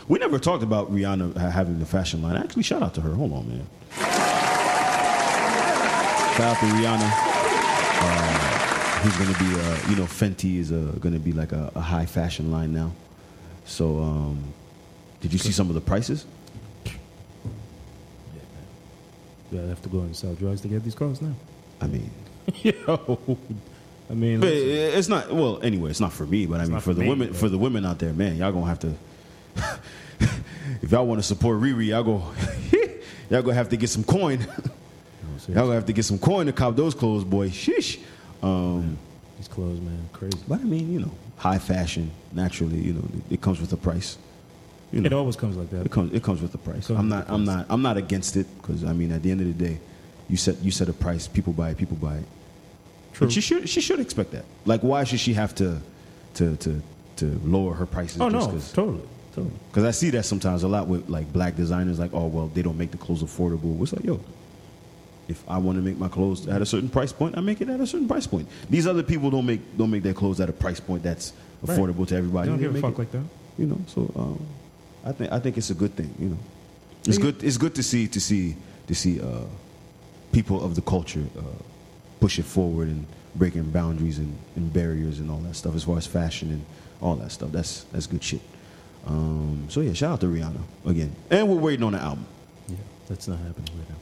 Speaker 1: We never talked about Rihanna ha- having the fashion line. Actually, shout out to her. Hold on, man. shout out to Rihanna. Uh, he's gonna be, uh, you know, Fenty is uh, gonna be like a, a high fashion line now. So, um, did you see some of the prices?
Speaker 2: Do I have to go and sell drugs to get these cars now?
Speaker 1: I mean, Oh.
Speaker 2: Yo, I mean,
Speaker 1: But
Speaker 2: listen.
Speaker 1: it- it's not well. Anyway, it's not for me. But I mean,
Speaker 2: not
Speaker 1: for
Speaker 2: for
Speaker 1: the
Speaker 2: me,
Speaker 1: women,
Speaker 2: but-
Speaker 1: for the women out there, man, y'all gonna have to. if y'all want to support Riri, y'all go. y'all gonna have to get some coin. y'all gonna have to get some coin to cop those clothes, boy. Sheesh. Um,
Speaker 2: these clothes, man, crazy.
Speaker 1: but I mean, you know, high fashion naturally. You know, it, it comes with a price. You know,
Speaker 2: It always comes like that.
Speaker 1: it comes. It comes with a price.
Speaker 2: comes
Speaker 1: I'm
Speaker 2: with
Speaker 1: not. I'm not. I'm not against it because I mean, at the end of the day, you set you set a price. People buy it. People buy it.
Speaker 2: True.
Speaker 1: But she should. She should expect that. Like, why should she have to to to to lower her prices?
Speaker 2: oh no,
Speaker 1: just
Speaker 2: totally, totally.
Speaker 1: Because I see that sometimes a lot with like black designers. Like, oh well, they don't make the clothes affordable. It's like, yo, if I want to make my clothes at a certain price point, I make it at a certain price point. These other people don't make don't make their clothes at a price point that's
Speaker 2: Right.
Speaker 1: affordable to everybody.
Speaker 2: They don't
Speaker 1: They
Speaker 2: give a
Speaker 1: make
Speaker 2: fuck
Speaker 1: it-
Speaker 2: like that.
Speaker 1: you know. So um, I think I think it's a good thing, you know. It's good. It's good to see to see to see uh, people of the culture uh, push it forward and breaking boundaries and, and barriers and all that stuff as far as fashion and all that stuff. That's that's good shit. Um, so yeah, shout out to Rihanna again, and we're waiting on an album.
Speaker 2: Yeah, that's not happening right now.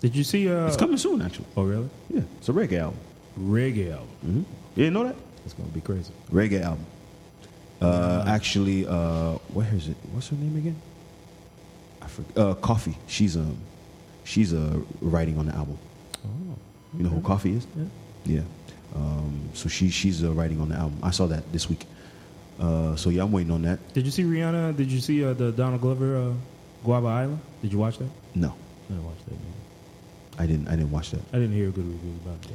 Speaker 2: Did you see? Uh,
Speaker 1: It's coming soon, actually.
Speaker 2: Oh really?
Speaker 1: Yeah, it's a reggae album.
Speaker 2: Reggae album.
Speaker 1: hmm You didn't know that?
Speaker 2: It's gonna be crazy.
Speaker 1: Reggae album. Uh, actually, uh, where is it? What's her name again? I forget. Uh, Coffee. She's um, she's uh, writing on the album.
Speaker 2: Oh,
Speaker 1: You know who Coffee is?
Speaker 2: yeah.
Speaker 1: Yeah. Um, so she she's uh, writing on the album. I saw that this week. Uh, so yeah, I'm waiting on that.
Speaker 2: Did you see Rihanna? Did you see uh, the Donald Glover uh, Guava Island? Did you watch that?
Speaker 1: No,
Speaker 2: I didn't watch that. Maybe.
Speaker 1: I didn't. I didn't watch that.
Speaker 2: I didn't hear good reviews about it.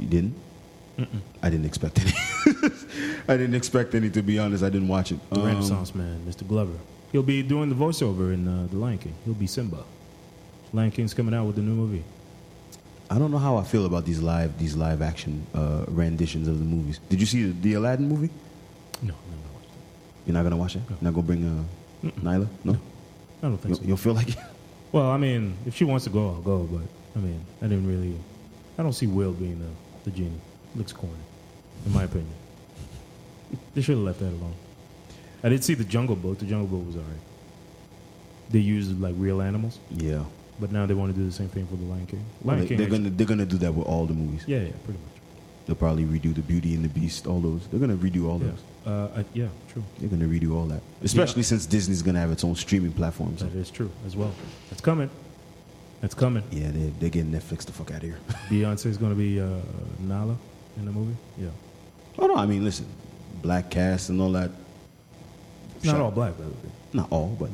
Speaker 1: You didn't? I didn't expect any. I didn't expect any. To be honest, I didn't watch it.
Speaker 2: The
Speaker 1: Um,
Speaker 2: Renaissance Man, Mr. Glover. He'll be doing the voiceover in uh, The Lion King. He'll be Simba. Lion King's coming out with the new movie.
Speaker 1: I don't know how I feel about these live these live action uh, renditions of the movies. Did you see the, the Aladdin movie?
Speaker 2: No, I'm not gonna watch that.
Speaker 1: You're not gonna watch it. You're not gonna bring uh, Nyla. No,
Speaker 2: I don't think
Speaker 1: You'll,
Speaker 2: so.
Speaker 1: you'll feel like it.
Speaker 2: Well, I mean, if she wants to go, I'll go. But I mean, I didn't really. I don't see Will being the, the genie. Looks corny, in my opinion. they should have left that alone. I did see the Jungle Book. The Jungle Book was alright. They used like real animals,
Speaker 1: yeah.
Speaker 2: but now they want to do the same thing for the Lion King. Lion
Speaker 1: They,
Speaker 2: King,
Speaker 1: they're
Speaker 2: actually-
Speaker 1: gonna they're gonna do that with all the movies.
Speaker 2: yeah, yeah, pretty much.
Speaker 1: They'll probably redo the Beauty and the Beast. All those. They're gonna redo all
Speaker 2: Yeah,
Speaker 1: those.
Speaker 2: uh, I, yeah, true.
Speaker 1: They're gonna redo all that. Especially since Disney's gonna have its own streaming platform. So.
Speaker 2: That is true as well. That's coming. That's coming.
Speaker 1: Yeah, they they're getting Netflix the fuck out of here.
Speaker 2: Beyonce's gonna be uh, Nala in the movie. Yeah,
Speaker 1: oh no, I mean listen, black cast and all that.
Speaker 2: it's not
Speaker 1: Shut-
Speaker 2: all black, by the way.
Speaker 1: Not all, but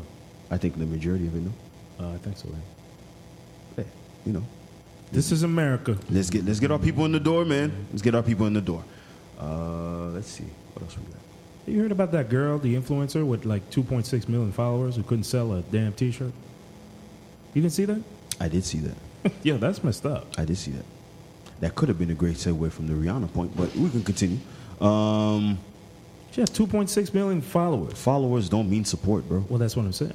Speaker 1: I think the majority of it. No,
Speaker 2: Uh, I think so. Yeah.
Speaker 1: yeah, you know.
Speaker 2: This is America.
Speaker 1: Let's get let's get our people in the door, man. Let's get our people in the door. Uh, let's see what else we got.
Speaker 2: You heard about that girl, the influencer with like 2.6 million followers who couldn't sell a damn T-shirt? You didn't see that?
Speaker 1: I did see that.
Speaker 2: yeah, that's messed up.
Speaker 1: I did see that. That could have been a great segue from the Rihanna point, but we can continue. Um,
Speaker 2: She has 2.6 million followers.
Speaker 1: followers don't mean support, bro.
Speaker 2: Well, that's what I'm saying.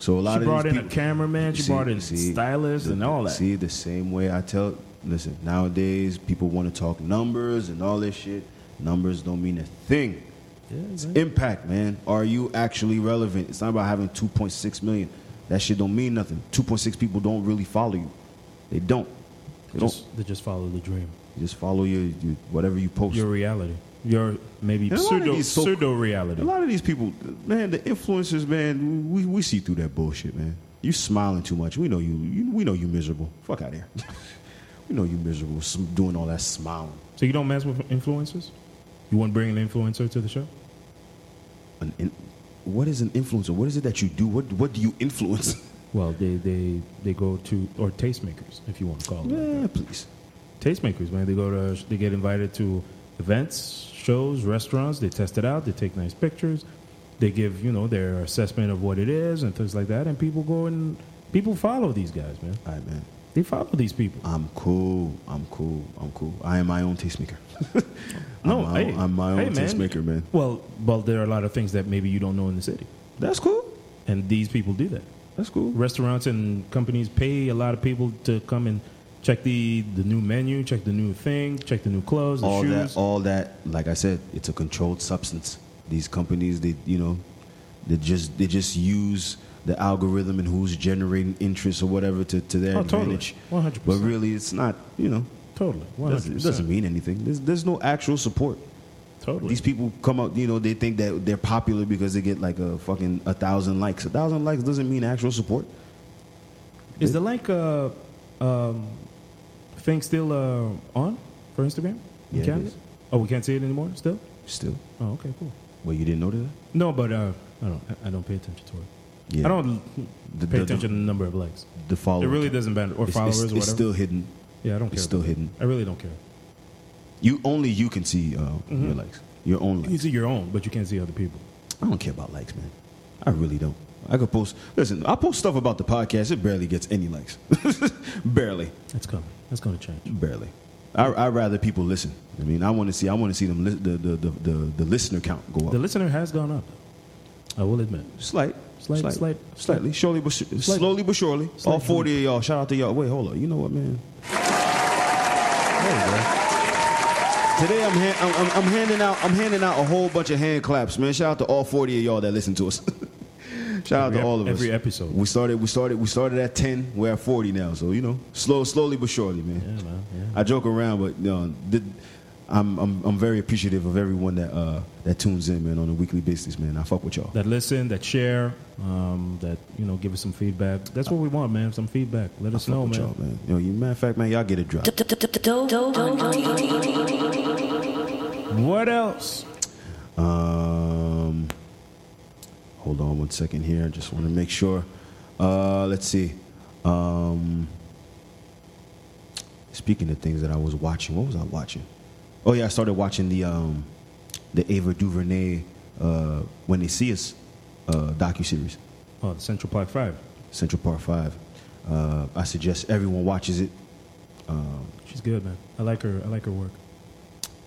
Speaker 1: So a lot
Speaker 2: She
Speaker 1: of these
Speaker 2: brought in a
Speaker 1: people-
Speaker 2: cameraman. She
Speaker 1: See-
Speaker 2: brought in
Speaker 1: see,
Speaker 2: stylists
Speaker 1: the-
Speaker 2: and all that.
Speaker 1: See, the same way I tell. Listen, nowadays people want to talk numbers and all this shit. Numbers don't mean a thing.
Speaker 2: Yeah,
Speaker 1: It's
Speaker 2: man.
Speaker 1: impact, man. Are you actually relevant? It's not about having 2.6 million. That shit don't mean nothing. 2.6 people don't really follow you. They don't. They don't.
Speaker 2: Just, they just follow the dream.
Speaker 1: They Just follow your, your whatever you post.
Speaker 2: Your reality. Your maybe
Speaker 1: And a lot of
Speaker 2: pseudo
Speaker 1: these so-
Speaker 2: pseudo reality.
Speaker 1: a lot of these people, man, the influencers, man, we, we see through that bullshit, man. You smiling too much. We know you. you we know you miserable. Fuck out here. we know you miserable. Some, doing all that smiling.
Speaker 2: So you don't mess with influencers? You wouldn't bring an influencer to the show?
Speaker 1: An in, what is an influencer? What is it that you do? What What do you influence?
Speaker 2: Well, they, they, they go to, or tastemakers, if you want to call it.
Speaker 1: yeah, please.
Speaker 2: tastemakers, man. They go to, they get invited to events, shows, restaurants. They test it out. They take nice pictures. They give, you know, their assessment of what it is and things like that. And people go and people follow these guys, man.
Speaker 1: All right, man.
Speaker 2: They follow these people.
Speaker 1: I'm cool. I'm cool. I'm cool. I am my own tastemaker.
Speaker 2: No,
Speaker 1: I'm my
Speaker 2: hey.
Speaker 1: own, I'm my own
Speaker 2: Hey, man.
Speaker 1: tastemaker, man.
Speaker 2: Well, well, there are a lot of things that maybe you don't know in the city,
Speaker 1: That's cool.
Speaker 2: and these people do that.
Speaker 1: That's cool.
Speaker 2: Restaurants and companies pay a lot of people to come and check the the new menu, check the new thing, check the new clothes, the
Speaker 1: all
Speaker 2: shoes.
Speaker 1: that all that like i said it's a controlled substance these companies they you know they just they just use the algorithm and who's generating interest or whatever to, to their
Speaker 2: Oh, totally.
Speaker 1: advantage
Speaker 2: 100%.
Speaker 1: but really it's not you know
Speaker 2: totally, one
Speaker 1: doesn't,
Speaker 2: hundred
Speaker 1: it doesn't
Speaker 2: percent.
Speaker 1: mean anything there's, there's no actual support
Speaker 2: Totally.
Speaker 1: these people come out you know they think that they're popular because they get like a fucking a thousand likes a thousand likes doesn't mean actual support
Speaker 2: Is the like uh, um, thing still uh, on for Instagram?
Speaker 1: Yeah, it
Speaker 2: Canada?
Speaker 1: is.
Speaker 2: Oh, we can't see it anymore. Still?
Speaker 1: still
Speaker 2: Oh, okay, cool.
Speaker 1: well you didn't know that
Speaker 2: No, but uh, I don't. I- I don't pay attention to it.
Speaker 1: yeah
Speaker 2: I don't
Speaker 1: The-
Speaker 2: pay
Speaker 1: the-
Speaker 2: attention to the number of likes.
Speaker 1: the follower
Speaker 2: It really
Speaker 1: count.
Speaker 2: doesn't matter, or
Speaker 1: It's-
Speaker 2: followers,
Speaker 1: it's,
Speaker 2: or
Speaker 1: it's still
Speaker 2: whatever.
Speaker 1: hidden
Speaker 2: yeah, I don't care.
Speaker 1: it's still
Speaker 2: about
Speaker 1: hidden
Speaker 2: that. I really don't care.
Speaker 1: You only you can see uh,
Speaker 2: Mm-hmm.
Speaker 1: your likes. Your own
Speaker 2: You can
Speaker 1: likes.
Speaker 2: see your own, but you can't see other people.
Speaker 1: I don't care about likes, man. I really don't. I could post. Listen, I post stuff about the podcast. It barely gets any likes. barely,
Speaker 2: That's coming. That's going to change.
Speaker 1: barely. I I rather people listen. I mean, I want to see. I want to see them. Li- the, the the the the listener count go up.
Speaker 2: The listener has gone up. I will admit.
Speaker 1: slight,
Speaker 2: Slight- slight-
Speaker 1: slightly. Surely, but su- slowly but surely. All forty of y'all. Shout out to y'all. Wait, hold on. You know what, man? There you go. Today I'm, hand, I'm, I'm, I'm handing out I'm handing out a whole bunch of hand claps, man. Shout out to all 40 of y'all that listen to us. Shout
Speaker 2: Every
Speaker 1: out
Speaker 2: ep-
Speaker 1: to all of us.
Speaker 2: every episode.
Speaker 1: We started we started we started at 10. We're at 40 now, so you know, slow slowly but surely, man.
Speaker 2: Yeah, man. Yeah.
Speaker 1: I joke around, but you know, the, I'm, I'm I'm very appreciative of everyone that uh, that tunes in, man, on a weekly basis, man. I fuck with y'all.
Speaker 2: that listen, that share, um, that you know, give us some feedback. That's what we want, man. Some feedback. Let us know,
Speaker 1: Fuck with
Speaker 2: man.
Speaker 1: y'all, man. Yo, you matter of fact, man, y'all get a drop.
Speaker 2: What else?
Speaker 1: Um, hold on one second here. I just want to make sure. Uh, let's see. Um, Speaking of things that I was watching, what was I watching? Oh yeah, I started watching the um, the Ava DuVernay uh, when they see us uh, docu series.
Speaker 2: Oh, the Central Park Five.
Speaker 1: Central Park Five. Uh, I suggest everyone watches it.
Speaker 2: She's good, man. I like her. I like her work.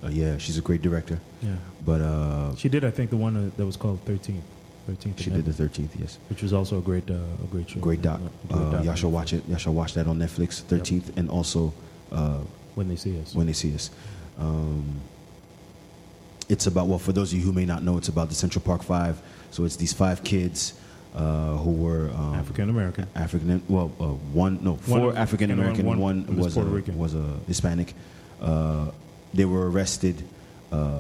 Speaker 1: Uh, yeah, she's a great director.
Speaker 2: Yeah.
Speaker 1: But uh,
Speaker 2: She did, I think, the one that was called 13. 13th.
Speaker 1: she did the thirteenth. Yes,
Speaker 2: which was also a great, uh, a great show.
Speaker 1: great
Speaker 2: Yeah,
Speaker 1: doc.
Speaker 2: a great
Speaker 1: Uh,
Speaker 2: doc.
Speaker 1: y'all should watch it. Y'all should watch that on Netflix. Thirteenth, and also uh,
Speaker 2: when they see us.
Speaker 1: when they see us. Um, it's about well, for those of you who may not know, it's about the Central Park Five. So it's these five kids uh, who were um,
Speaker 2: African American.
Speaker 1: African. Well, uh, one no,
Speaker 2: One
Speaker 1: four
Speaker 2: of-
Speaker 1: African American.
Speaker 2: and
Speaker 1: One,
Speaker 2: one- one was
Speaker 1: was a,
Speaker 2: Puerto Rican.
Speaker 1: was a Hispanic. Uh, they were arrested uh,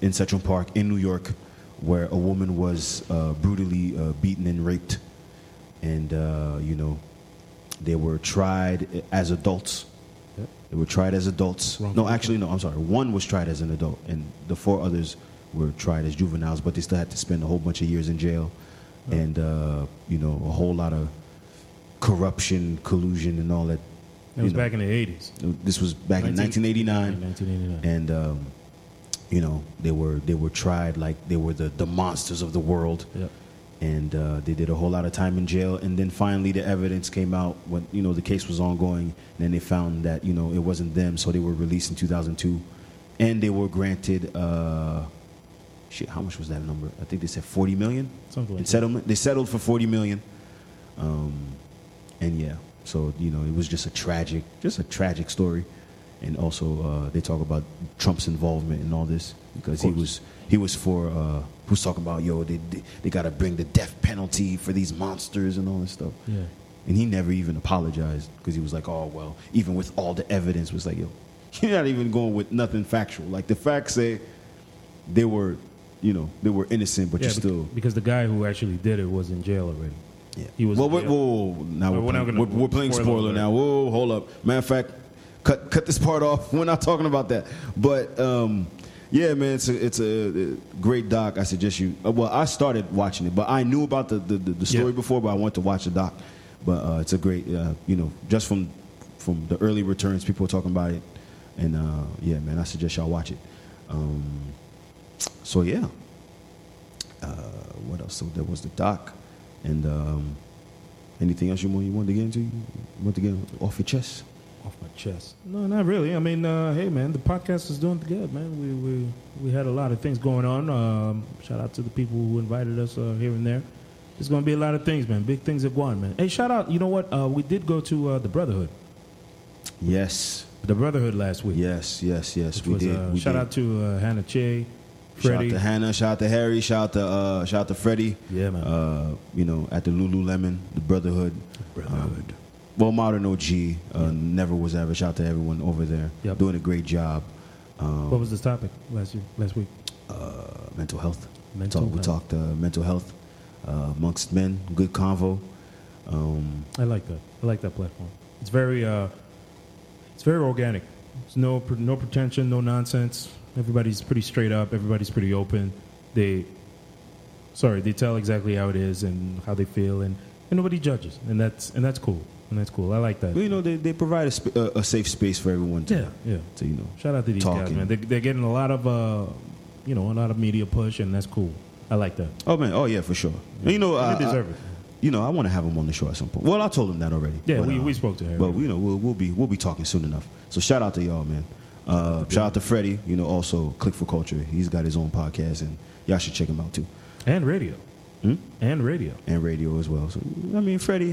Speaker 1: in Central Park in New York, where a woman was uh, brutally uh, beaten and raped, and uh, you know, they were tried as adults. They were tried as adults.
Speaker 2: Wrong.
Speaker 1: No, actually, no. I'm sorry. One was tried as an adult, and the four others were tried as juveniles, but they still had to spend a whole bunch of years in jail, and uh, you know, a whole lot of corruption, collusion, and all that.
Speaker 2: It was
Speaker 1: you know.
Speaker 2: back in the 80s.
Speaker 1: This was back in
Speaker 2: 19
Speaker 1: 1989,
Speaker 2: 1989.
Speaker 1: and um, you know, they were they were tried like they were the the monsters of the world
Speaker 2: Yep.
Speaker 1: and uh, they did a whole lot of time in jail. And then finally, the evidence came out when you know the case was ongoing. And then they found that you know it wasn't them, so they were released in 2002, and they were granted uh, shit. How much was that number? I think they said 40 million
Speaker 2: Something like
Speaker 1: in
Speaker 2: that.
Speaker 1: settlement. They settled for 40 million, um, and yeah. So you know it was just a tragic, just a tragic story. And also, uh, they talk about Trump's involvement in all this because he
Speaker 2: course.
Speaker 1: was he was for uh, who's talking about yo they they, they got to bring the death penalty for these monsters and all this stuff.
Speaker 2: Yeah.
Speaker 1: And he never even apologized because he was like, oh well, even with all the evidence, was like yo, you're not even going with nothing factual. Like the facts say they were, you know, they were innocent, but
Speaker 2: Yeah,
Speaker 1: you're
Speaker 2: bec-
Speaker 1: still
Speaker 2: because the guy who actually did it was in jail already.
Speaker 1: yeah.
Speaker 2: He was
Speaker 1: Well,
Speaker 2: in
Speaker 1: wait,
Speaker 2: jail.
Speaker 1: whoa, whoa, whoa. Now
Speaker 2: Well,
Speaker 1: we're,
Speaker 2: we're not
Speaker 1: playing,
Speaker 2: gonna-
Speaker 1: we're, we're playing
Speaker 2: spoiler
Speaker 1: spoiler
Speaker 2: alert.
Speaker 1: now. Whoa, hold up. Matter of fact, cut cut this part off. We're not talking about that. But um, yeah, man, it's a, it's a, uh great doc. I suggest you. Uh, well, I started watching it, but I knew about the the, the, the story
Speaker 2: Yeah.
Speaker 1: before, but I wanted to watch the doc. But uh, it's a great, uh, you know, just from from the early returns, people were talking about it, and uh, yeah, man, I suggest y'all watch it. Um, so yeah, uh, what else? So there was the doc, and um, anything else you want you want to get into? You want to get off your chest?
Speaker 2: Off my chest. No, not really. I mean, uh, hey, man, the podcast is doing good, man. We, we, we had a lot of things going on. Um, shout out to the people who invited us uh, here and there. There's going to be a lot of things, man. Big things are going, man. Hey, shout out. You know what? Uh, we did go to uh, the Brotherhood.
Speaker 1: Yes,
Speaker 2: The Brotherhood last week.
Speaker 1: yes, yes, yes.
Speaker 2: Which
Speaker 1: we
Speaker 2: was,
Speaker 1: did.
Speaker 2: uh,
Speaker 1: we
Speaker 2: shout
Speaker 1: did.
Speaker 2: out to uh, Hannah Che,
Speaker 1: Shout
Speaker 2: Freddie.
Speaker 1: out to Hannah. Shout out to Harry. Shout out to uh, shout out to Freddie.
Speaker 2: Yeah, man.
Speaker 1: Uh, you know, at the Lululemon, the Brotherhood. Brotherhood. well, modern OG uh, never was ever. Shout out to everyone over there
Speaker 2: Yep.
Speaker 1: doing a great job.
Speaker 2: what was the topic last year, last week?
Speaker 1: uh, mental health.
Speaker 2: Mental
Speaker 1: Talk- We
Speaker 2: health.
Speaker 1: talked uh, mental health uh, amongst men. Good convo. Um,
Speaker 2: I like that. I like that platform. It's very, uh, it's very organic. It's no, pre- no pretension, no nonsense. Everybody's pretty straight up. Everybody's pretty open. They, sorry, they tell exactly how it is and how they feel, and, and nobody judges, and that's and that's cool, and that's cool. I like that.
Speaker 1: but, you know, they, they provide a, sp- uh, a, a safe space for everyone to,
Speaker 2: Yeah, yeah.
Speaker 1: to you know.
Speaker 2: Shout out to these guys,
Speaker 1: Talking.
Speaker 2: man. They, they're getting a lot of, uh, you know, a lot of media push, and that's cool. I like that.
Speaker 1: Oh man, oh yeah, for sure. And, you know, I, I-
Speaker 2: deserve it.
Speaker 1: You know, I want to have him on the show at some point. Well, I told him that already.
Speaker 2: Yeah,
Speaker 1: But,
Speaker 2: we-
Speaker 1: uh,
Speaker 2: we spoke to him.
Speaker 1: But you know, we'll, we'll be we'll be talking soon enough. So shout out to y'all, man. Uh, shout out to Freddie. You know, also Click for Culture. He's got his own podcast, and y'all should check him out too.
Speaker 2: And radio.
Speaker 1: Hmm?
Speaker 2: And radio.
Speaker 1: and radio as well. So I mean, Freddie,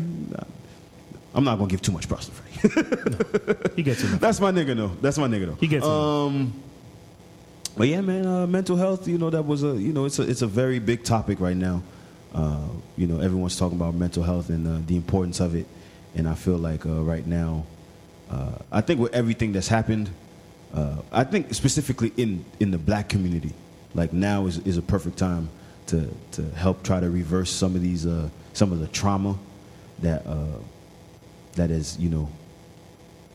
Speaker 1: I'm not gonna give too much props to Freddie.
Speaker 2: He gets enough.
Speaker 1: That's my nigga though. That's my nigga though.
Speaker 2: He gets
Speaker 1: um. But yeah, man, uh, mental health. You know that was a you know it's a it's a very big topic right now. Uh, you know everyone's talking about mental health and uh, the importance of it, and I feel like uh, right now, uh, I think with everything that's happened, uh, I think specifically in in the black community, like now is is a perfect time to to help try to reverse some of these uh, some of the trauma that uh, that is you know uh,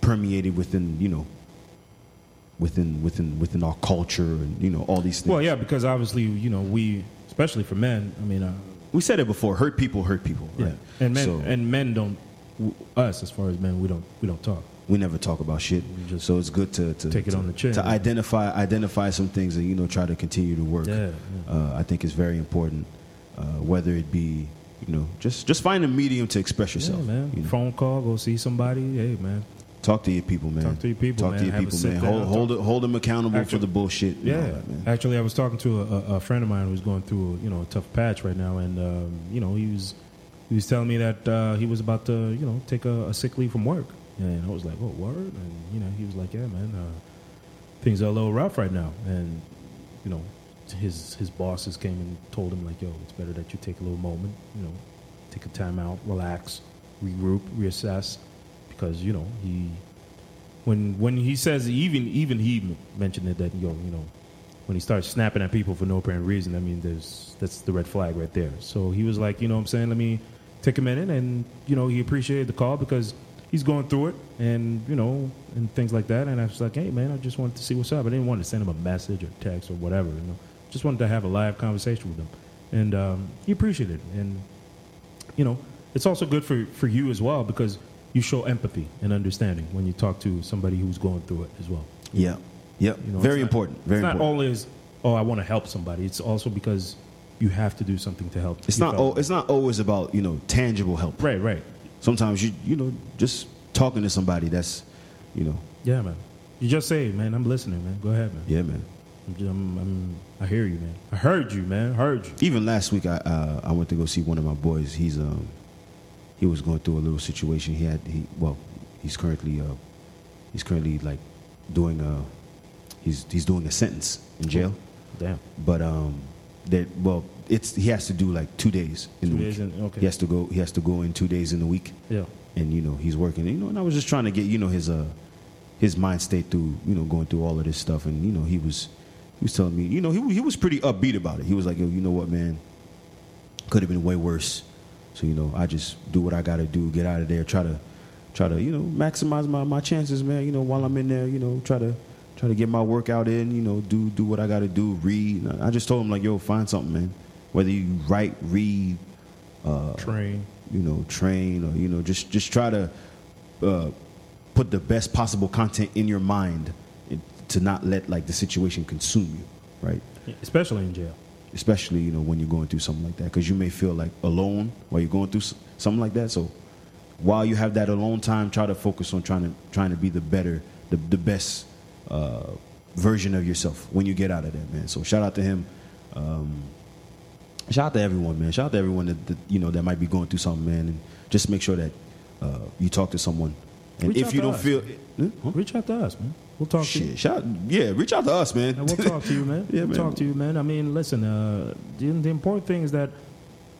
Speaker 1: permeated within you know within within within our culture and you know all these things.
Speaker 2: Well, yeah, because obviously, you know, we, especially for men, I mean, uh,
Speaker 1: we said it before. Hurt people, hurt people.
Speaker 2: yeah,
Speaker 1: Right?
Speaker 2: and men
Speaker 1: So-
Speaker 2: and men don't w- us as far as men, we don't we don't talk.
Speaker 1: we never talk about shit.
Speaker 2: just
Speaker 1: so it's good to, to
Speaker 2: take it
Speaker 1: to-
Speaker 2: on the chin.
Speaker 1: to identify identify some things and you know try to continue to work.
Speaker 2: Yeah,
Speaker 1: Uh, I think it's very important, uh, whether it be you know just just find a medium to express
Speaker 2: Yeah,
Speaker 1: yourself.
Speaker 2: man.
Speaker 1: you know.
Speaker 2: Phone call, go see somebody. Hey, man.
Speaker 1: Talk to your people, man.
Speaker 2: Talk to your people,
Speaker 1: Talk
Speaker 2: man.
Speaker 1: to your
Speaker 2: Have a
Speaker 1: people,
Speaker 2: sit
Speaker 1: man.
Speaker 2: down.
Speaker 1: Hold hold it- hold them accountable
Speaker 2: Actually-
Speaker 1: for the bullshit. and all
Speaker 2: Yeah,
Speaker 1: that, man.
Speaker 2: actually, I was talking to a, a- a friend of mine who's going through a, you know a tough patch right now, and um, you know he was he was telling me that uh, he was about to you know take a, a sick leave from work, and I was like, "What word?" And you know he was like, "Yeah, man, uh, things are a little rough right now," and you know his his bosses came and told him like, "Yo, it's better that you take a little moment, you know, take a time out, relax, regroup, reassess," because you know he when when he says even even he m- mentioned it that yo you know when he starts snapping at people for no apparent reason I mean there's that's the red flag right there so he was like you know what I'm saying let me take a minute and you know he appreciated the call because he's going through it and you know and things like that and I was like hey man I just wanted to see what's up I didn't want to send him a message or text or whatever you know just wanted to have a live conversation with him and um, he appreciated it and you know, it's also good for, for you as well because you show empathy and understanding when you talk to somebody who's going through it as well.
Speaker 1: yeah, yeah.
Speaker 2: You know, it's
Speaker 1: very
Speaker 2: not-
Speaker 1: important. Very
Speaker 2: it's
Speaker 1: important.
Speaker 2: not always, oh, I want to help somebody. It's also because you have to do something to help.
Speaker 1: it's
Speaker 2: your
Speaker 1: not.
Speaker 2: fellow.
Speaker 1: al- It's not always about you know tangible help.
Speaker 2: right, right.
Speaker 1: Sometimes you you know just talking to somebody that's you know
Speaker 2: Yeah, man. You just say, man, I'm listening, man. Go ahead, man.
Speaker 1: yeah man.
Speaker 2: I'm, j- I'm, I'm- I hear you, man. I heard you, man. I heard you.
Speaker 1: Even last week, I uh, I went to go see one of my boys. He's um he was going through a little situation. He had he well he's currently uh he's currently like doing a he's he's doing a sentence in jail.
Speaker 2: Damn.
Speaker 1: But um that well it's he has to do like two days in
Speaker 2: Two
Speaker 1: the
Speaker 2: days
Speaker 1: week.
Speaker 2: in- okay.
Speaker 1: He has to go he has to go in two days in the week.
Speaker 2: Yeah.
Speaker 1: And you know he's working. You know and I was just trying to get you know his uh his mind state through you know going through all of this stuff and you know he was he was telling me you know he he was pretty upbeat about it. He was like yo you know what man could have been way worse. So you know, I just do what I got to do, get out of there, try to, try to you know maximize my, my chances, man. You know, while I'm in there, you know, try to try to get my workout in. You know, do do what I got to do, read. And I I just told him like, yo, find something, man. Whether you write, read, Uh,
Speaker 2: Train.
Speaker 1: you know, train, or you know, just just try to uh, put the best possible content in your mind and to not let like the situation consume you, right?
Speaker 2: Especially in jail.
Speaker 1: especially you know when you're going through something like that because you may feel like alone while you're going through s- something like that so while you have that alone time try to focus on trying to trying to be the better the, the best uh, version of yourself when you get out of there man so shout out to him Um, shout out to everyone, man. Shout out to everyone that, that you know that might be going through something, man. And just make sure that uh, you talk to someone. And
Speaker 2: Reach out
Speaker 1: if you
Speaker 2: to
Speaker 1: don't
Speaker 2: us.
Speaker 1: feel, Huh?
Speaker 2: Reach out to us, man. We'll talk to you.
Speaker 1: shit, shout, yeah, reach out to us, man.
Speaker 2: And we'll talk to you, man.
Speaker 1: Yeah,
Speaker 2: we'll
Speaker 1: man.
Speaker 2: talk to you, man. I mean, listen, uh, the, the important thing is that,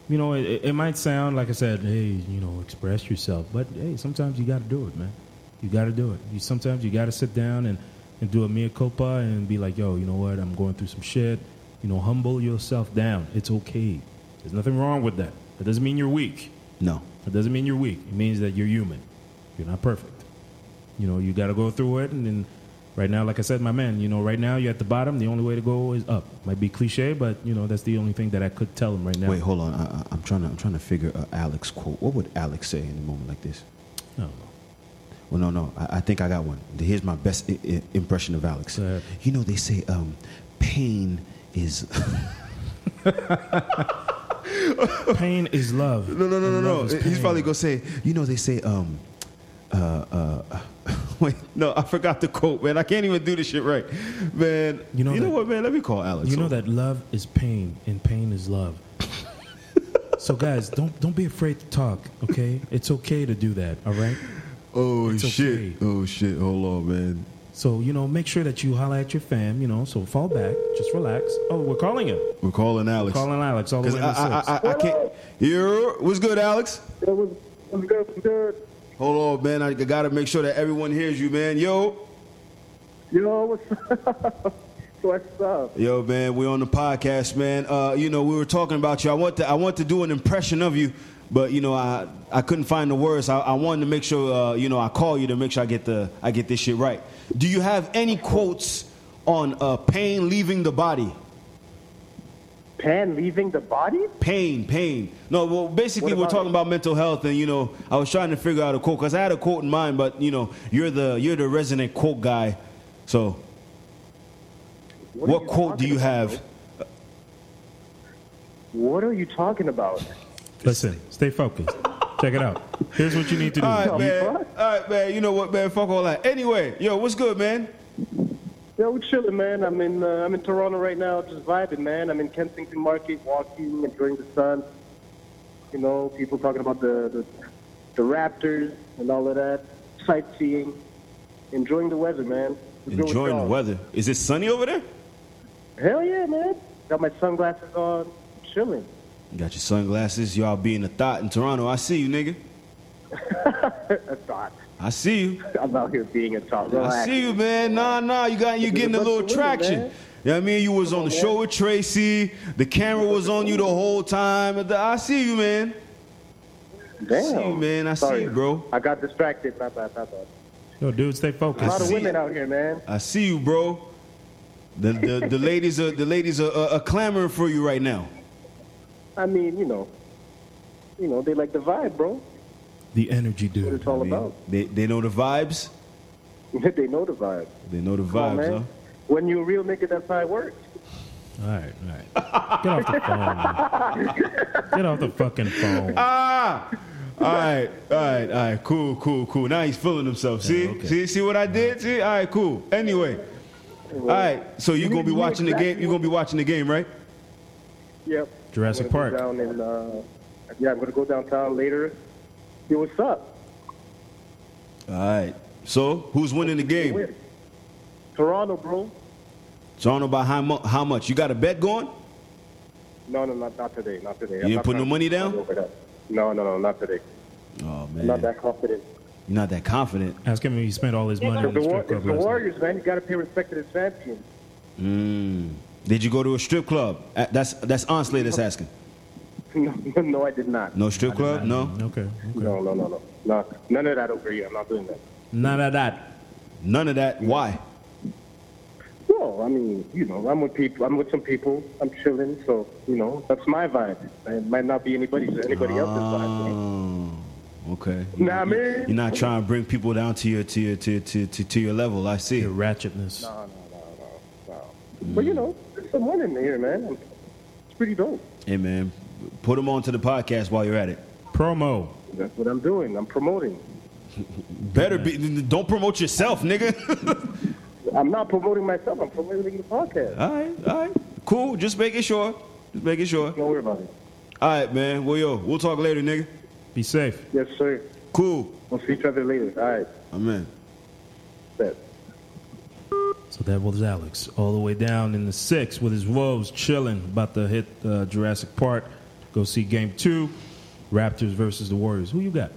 Speaker 2: you know, it, it might sound like I said, hey, you know, express yourself. But, hey, sometimes you got to do it, man. You got to do it. You Sometimes you got to sit down and, and do a mea culpa and be like, yo, you know what? I'm going through some shit. You know, humble yourself down. It's okay. There's nothing wrong with that. That doesn't mean you're weak.
Speaker 1: no,
Speaker 2: It doesn't mean you're weak. It means that you're human. You're not perfect. You know, you got to go through it. And then right now, like I said, my man, you know, right now you're at the bottom. The only way to go is up. Might be cliche, but, you know, that's the only thing that I could tell him right now.
Speaker 1: wait, hold on. I, I, I'm trying to I'm trying to figure uh, Alex quote. What would Alex say in a moment like this?
Speaker 2: I don't know.
Speaker 1: Well, no, no. I, I think I got one. Here's my best I- I- impression of Alex.
Speaker 2: Go ahead.
Speaker 1: You know, they say um, pain is.
Speaker 2: Pain is love. And love is
Speaker 1: He's
Speaker 2: pain.
Speaker 1: probably gonna say, you know, they say um, uh, uh, wait, no, I forgot the quote, man. I can't even do this shit right, man. You
Speaker 2: You
Speaker 1: know,
Speaker 2: know
Speaker 1: you know
Speaker 2: that-
Speaker 1: what, man? Let me call Alex.
Speaker 2: You know that love is pain and pain is love. so, guys, don't, don't be afraid to talk, okay? It's okay to do that, all right?
Speaker 1: Oh
Speaker 2: It's
Speaker 1: shit!
Speaker 2: okay.
Speaker 1: Oh shit! Hold on, man.
Speaker 2: So, you know, make sure that you holler at your fam, you know, so fall back, just relax. Oh, we're calling him.
Speaker 1: We're calling Alex.
Speaker 2: Calling Alex all the
Speaker 1: 'Cause
Speaker 2: way
Speaker 1: I,
Speaker 2: to
Speaker 1: I,
Speaker 2: six.
Speaker 1: I, I, I can't. you what's good, Alex?
Speaker 5: It was, it was good. It was good.
Speaker 1: Hold on, man. I gotta make sure that everyone hears you, man. Yo.
Speaker 5: Yo, what's up? what's up?
Speaker 1: Yo, man, we on the podcast, man. Uh, you know, we were talking about you. I want to, I want to do an impression of you, but you know, I, I couldn't find the words. I, I wanted to make sure, uh, you know, I call you to make sure I get the, I get this shit right. Do you have any quotes on uh, pain leaving the body?
Speaker 5: Pan leaving the body?
Speaker 1: Pain, pain. No, well, basically,
Speaker 5: What
Speaker 1: we're
Speaker 5: about
Speaker 1: talking
Speaker 5: it?
Speaker 1: about mental health, and you know, I was trying to figure out a quote because I had a quote in mind, but you know, you're the you're the resident quote guy, so what,
Speaker 5: are you
Speaker 1: quote do
Speaker 5: talking
Speaker 1: you
Speaker 5: about,
Speaker 1: have?
Speaker 5: bro? What are you talking about?
Speaker 2: Listen, stay focused. Check it out. Here's what you need to do.
Speaker 1: All right,
Speaker 2: You-
Speaker 1: man.
Speaker 5: fuck?
Speaker 1: All right, man. You know what, man? Fuck all that. Anyway, yo, what's good, man?
Speaker 5: Yo, we're chilling, man. I'm in uh, I'm in Toronto right now, just vibing, man. I'm in Kensington Market, walking, enjoying the sun. You know, people talking about the the, the Raptors and all of that, sightseeing, enjoying the weather, man. What's good with
Speaker 1: Enjoying the
Speaker 5: y'all?
Speaker 1: weather. Is it sunny over there?
Speaker 5: Hell yeah, man. Got my sunglasses on, chilling.
Speaker 1: You got your sunglasses. Y'all being a thought in Toronto. I see you, nigga.
Speaker 5: A thought.
Speaker 1: I see you.
Speaker 5: I'm out here being a thought.
Speaker 1: I
Speaker 5: Relax.
Speaker 1: see you, man. Nah, nah. You got you
Speaker 5: Look at
Speaker 1: getting
Speaker 5: the
Speaker 1: a little
Speaker 5: bunch of women,
Speaker 1: traction.
Speaker 5: man.
Speaker 1: You know what I mean? You was on the show with Tracy. The camera was on you the whole time. I see you, man.
Speaker 5: Damn.
Speaker 1: see you, man. I see
Speaker 5: Sorry.
Speaker 1: you, bro.
Speaker 5: I got distracted. My bad, my bad.
Speaker 2: Yo, dude, stay
Speaker 5: A
Speaker 2: focused.
Speaker 5: lot of
Speaker 1: see
Speaker 5: women
Speaker 1: it.
Speaker 5: out here, man.
Speaker 1: I see you, bro. The the, the ladies are the ladies are, are, are clamoring for you right now.
Speaker 5: I mean, you know, you know, they like the vibe, bro.
Speaker 2: The energy,
Speaker 5: What
Speaker 2: dude.
Speaker 5: it's all
Speaker 1: I mean,
Speaker 5: about.
Speaker 1: They they know the vibes.
Speaker 5: they know the vibe.
Speaker 1: They know the
Speaker 5: Come
Speaker 1: vibes,
Speaker 5: on, man.
Speaker 1: huh?
Speaker 5: When you're a real nigga, that's how it works.
Speaker 2: All right, all right. Get off the phone. man. Get off the fucking phone.
Speaker 1: Ah! All right, all right, all right. Cool, cool, cool. Now he's feeling himself. See,
Speaker 2: okay.
Speaker 1: see, see what I did. See, all right, cool. Anyway, all right. So you gonna be
Speaker 5: You
Speaker 1: watching the
Speaker 5: exactly
Speaker 1: game? You gonna be watching the game, right?
Speaker 5: Yep.
Speaker 2: Jurassic
Speaker 5: I'm gonna go
Speaker 2: Park.
Speaker 5: Down in, uh, yeah, I'm gonna go downtown later. Yo, what's up?
Speaker 1: All right. So who's winning the game?
Speaker 5: Where? Toronto, bro.
Speaker 1: Toronto by how, mu- how much? You got a bet going?
Speaker 5: No, no, not, not today. Not today. You
Speaker 1: didn't put no money down?
Speaker 5: No, no, no, not today.
Speaker 1: Oh
Speaker 5: I'm
Speaker 1: man,
Speaker 5: not that confident.
Speaker 1: you're not that confident.
Speaker 2: Ask him if he spent all his money on
Speaker 5: It's the,
Speaker 2: the strip
Speaker 5: war- it's
Speaker 2: club.
Speaker 5: the
Speaker 2: last night.
Speaker 5: Warriors, man. You gotta pay respect to the champions.
Speaker 1: Did you go to a strip club? Uh, That's that's Onsley that's asking.
Speaker 5: No, no, no, I did not.
Speaker 1: No strip club? No,
Speaker 2: Okay. okay.
Speaker 5: No, no, no, no, no. None of that over here. I'm not doing that.
Speaker 2: None of that.
Speaker 1: none of that. Why?
Speaker 5: No, I mean, you know, I'm with people. I'm with some people. I'm chilling. So, you know, that's my vibe. It might not be anybody's
Speaker 1: Ah.
Speaker 5: anybody else's vibe.
Speaker 1: Oh, okay.
Speaker 5: You know what I mean?
Speaker 1: You're not trying to bring people down to your to your to to to, to your level. I see.
Speaker 2: Your ratchetness.
Speaker 5: No, no, no, no, no. But you know, there's some women here, man. It's pretty dope.
Speaker 1: Hey man, put them onto the podcast while you're at it.
Speaker 2: Promo.
Speaker 5: That's what I'm doing. I'm promoting.
Speaker 1: Better be. Don't promote yourself, nigga.
Speaker 5: I'm not promoting myself. I'm promoting the podcast.
Speaker 1: all right, all right, cool. Just making sure. Just making sure.
Speaker 5: Don't worry about it.
Speaker 1: All right, man. Well, yo, we'll talk later, nigga.
Speaker 2: Be safe.
Speaker 5: Yes, sir.
Speaker 1: Cool.
Speaker 5: We'll see each other later. All right.
Speaker 1: I'm in.
Speaker 5: Bet.
Speaker 2: So that was Alex, all the way down in the six with his wolves, chilling, about to hit uh, Jurassic Park. Go see Game Two, Raptors versus the Warriors. Who you got?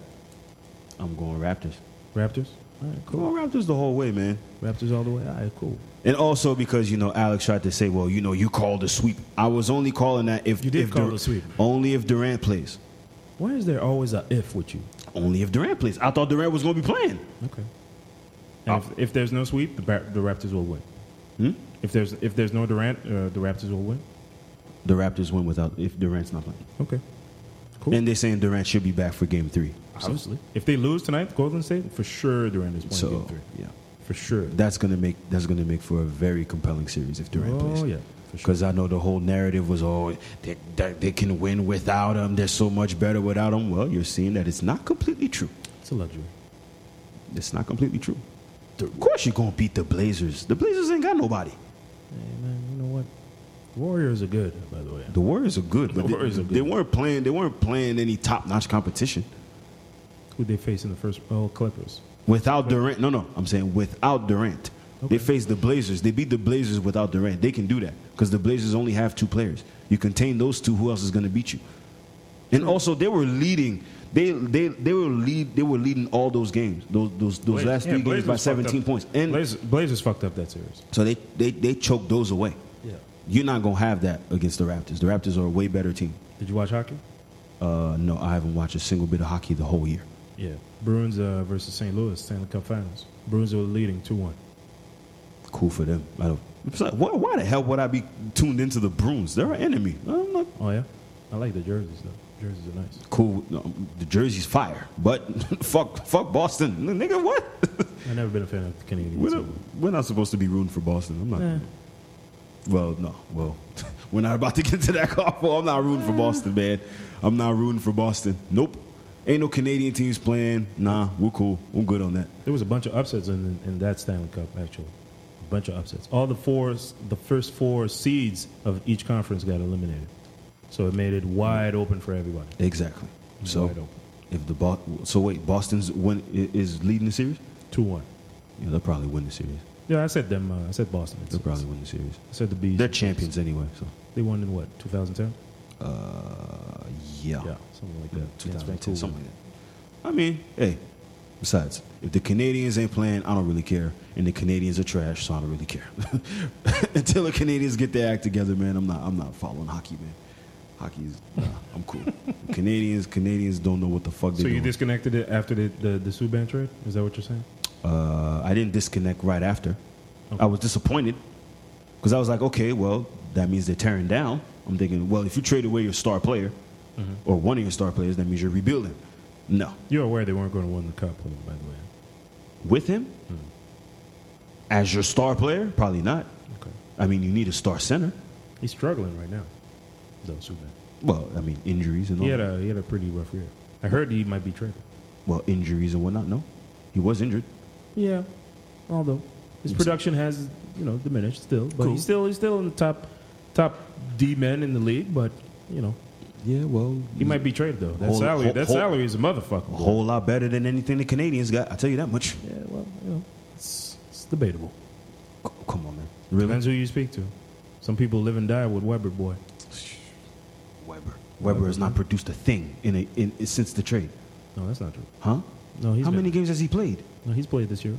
Speaker 1: I'm going Raptors.
Speaker 2: Raptors. All
Speaker 1: Going
Speaker 2: right, cool.
Speaker 1: Raptors the whole way, man.
Speaker 2: Raptors all the way. All right, cool.
Speaker 1: And also because you know Alex tried to say, well, you know, you called a sweep. I was only calling that if
Speaker 2: You did
Speaker 1: if
Speaker 2: call a sweep.
Speaker 1: Only if Durant plays.
Speaker 2: Why is there always a if with you?
Speaker 1: Only if Durant plays. I thought Durant was going to be playing.
Speaker 2: Okay. And if, if there's no sweep, the, Bar- the Raptors will win.
Speaker 1: Hmm?
Speaker 2: If there's if there's no Durant, uh, the Raptors will win.
Speaker 1: The Raptors win without if Durant's not playing.
Speaker 2: Okay.
Speaker 1: And they're saying Durant should be back for Game Three.
Speaker 2: Obviously, if they lose tonight, Golden State for sure Durant is playing
Speaker 1: So
Speaker 2: Game Three.
Speaker 1: yeah,
Speaker 2: For sure.
Speaker 1: that's gonna make that's gonna make for a very compelling series if Durant
Speaker 2: Oh,
Speaker 1: plays.
Speaker 2: yeah, for sure.
Speaker 1: Because I know the whole narrative was oh they, they, they can win without him. They're so much better without him. Well, you're seeing that it's not completely true.
Speaker 2: It's a luxury.
Speaker 1: It's not completely true. Of course, you're gonna beat the Blazers. The Blazers ain't got nobody.
Speaker 2: Hey man, you know what? Warriors are good, by the way.
Speaker 1: The Warriors are good, but
Speaker 2: The
Speaker 1: they-
Speaker 2: Warriors are good.
Speaker 1: they weren't playing. They weren't playing any top-notch competition.
Speaker 2: Who they face in the first? Oh, Clippers.
Speaker 1: Without Durant, no, no, I'm saying without Durant. They face the Blazers. They beat the Blazers without Durant. They can do that because the Blazers only have two players. You contain those two. Who else is going to beat you? And also, they were leading. They they they were lead. They were leading all those games. Those those those
Speaker 2: Blaz-
Speaker 1: last
Speaker 2: yeah,
Speaker 1: three games
Speaker 2: Blazers
Speaker 1: by
Speaker 2: fucked
Speaker 1: 17
Speaker 2: up.
Speaker 1: points. And
Speaker 2: Blazers, Blazers fucked up that series.
Speaker 1: so they they they choked those away.
Speaker 2: Yeah.
Speaker 1: You're not gonna have that against the Raptors. The Raptors are a way better team.
Speaker 2: Did you watch hockey?
Speaker 1: Uh, no, I haven't watched a single bit of hockey the whole year.
Speaker 2: Yeah. Bruins uh, versus St. Louis Stanley Cup Finals. Bruins were leading two one.
Speaker 1: Cool for them. I don't. It's like, why, why the hell would I be tuned into the Bruins? They're our enemy. I'm not
Speaker 2: Oh yeah, I like the jerseys though. Jerseys are nice.
Speaker 1: cool. No, The jersey's fire, but fuck, fuck Boston, nigga. What?
Speaker 2: I've never been a fan of the Canadians.
Speaker 1: we're, not,
Speaker 2: so-
Speaker 1: we're not supposed to be rooting for Boston. I'm not.
Speaker 2: Eh.
Speaker 1: Well, no. Well, we're not about to get to that car. Well, I'm not rooting for Boston, man. I'm not rooting for Boston. Nope. Ain't no Canadian teams playing. Nah, we're cool. I'm good on that.
Speaker 2: There was a bunch of upsets in, in that Stanley Cup, actually. A bunch of upsets. All the four, the first four seeds of each conference got eliminated, so it made it wide open for everybody.
Speaker 1: Exactly. So,
Speaker 2: Wide open.
Speaker 1: if the Bo- so wait, Boston's win i- is leading the series.
Speaker 2: Two one.
Speaker 1: Yeah, they'll probably win the series.
Speaker 2: Yeah, I said them. Uh, I said Boston.
Speaker 1: They'll probably win the series.
Speaker 2: I said the bees.
Speaker 1: They're champions anyway. So,
Speaker 2: They won in what? 2010.
Speaker 1: uh, yeah,
Speaker 2: Yeah, something like
Speaker 1: Yeah,
Speaker 2: that.
Speaker 1: 2010, something like that. I mean, hey. Besides, if the Canadians ain't playing, I don't really care, and the Canadians are trash, so I don't really care. Until the Canadians get their act together, man, I'm not. I'm not following hockey, man. Hockey's, nah, I'm cool. Canadians, Canadians don't know what the fuck they
Speaker 2: So you
Speaker 1: doing.
Speaker 2: disconnected it after the the, the Subban trade? Is that what you're saying?
Speaker 1: uh, I didn't disconnect right after. I was disappointed because I was like, okay, well, that means they're tearing down. I'm thinking, well, if you trade away your star player or one of your star players, that means you're rebuilding. No,
Speaker 2: You're aware they weren't going to win the cup, though, by the way.
Speaker 1: with him as your star player, probably not.
Speaker 2: Okay.
Speaker 1: I mean, you need a star center.
Speaker 2: He's struggling right now, though. Subban.
Speaker 1: Well, I mean, injuries and all.
Speaker 2: He had
Speaker 1: that.
Speaker 2: a he had a pretty rough year. I heard he might be traded.
Speaker 1: well, injuries and whatnot. No, he was injured.
Speaker 2: Yeah, although his production has you know diminished still, but
Speaker 1: Cool.
Speaker 2: he's still he's still in the top top D men in the league. But you know
Speaker 1: Yeah, well,
Speaker 2: he might be traded though. That
Speaker 1: Hold-
Speaker 2: salary
Speaker 1: hold-
Speaker 2: that
Speaker 1: hold-
Speaker 2: salary is a motherfucker.
Speaker 1: a whole lot better than anything the Canadians got. I tell you that much.
Speaker 2: Yeah, well, you know it's, it's debatable.
Speaker 1: C- come on, man. Really,
Speaker 2: Depends who you speak to. Some people live and die with Weber boy.
Speaker 1: Weber. Weber has not produced a thing in a in, since the trade.
Speaker 2: No, that's not true.
Speaker 1: Huh?
Speaker 2: No, he's
Speaker 1: How
Speaker 2: been-
Speaker 1: many games has he played?
Speaker 2: No, he's played this year.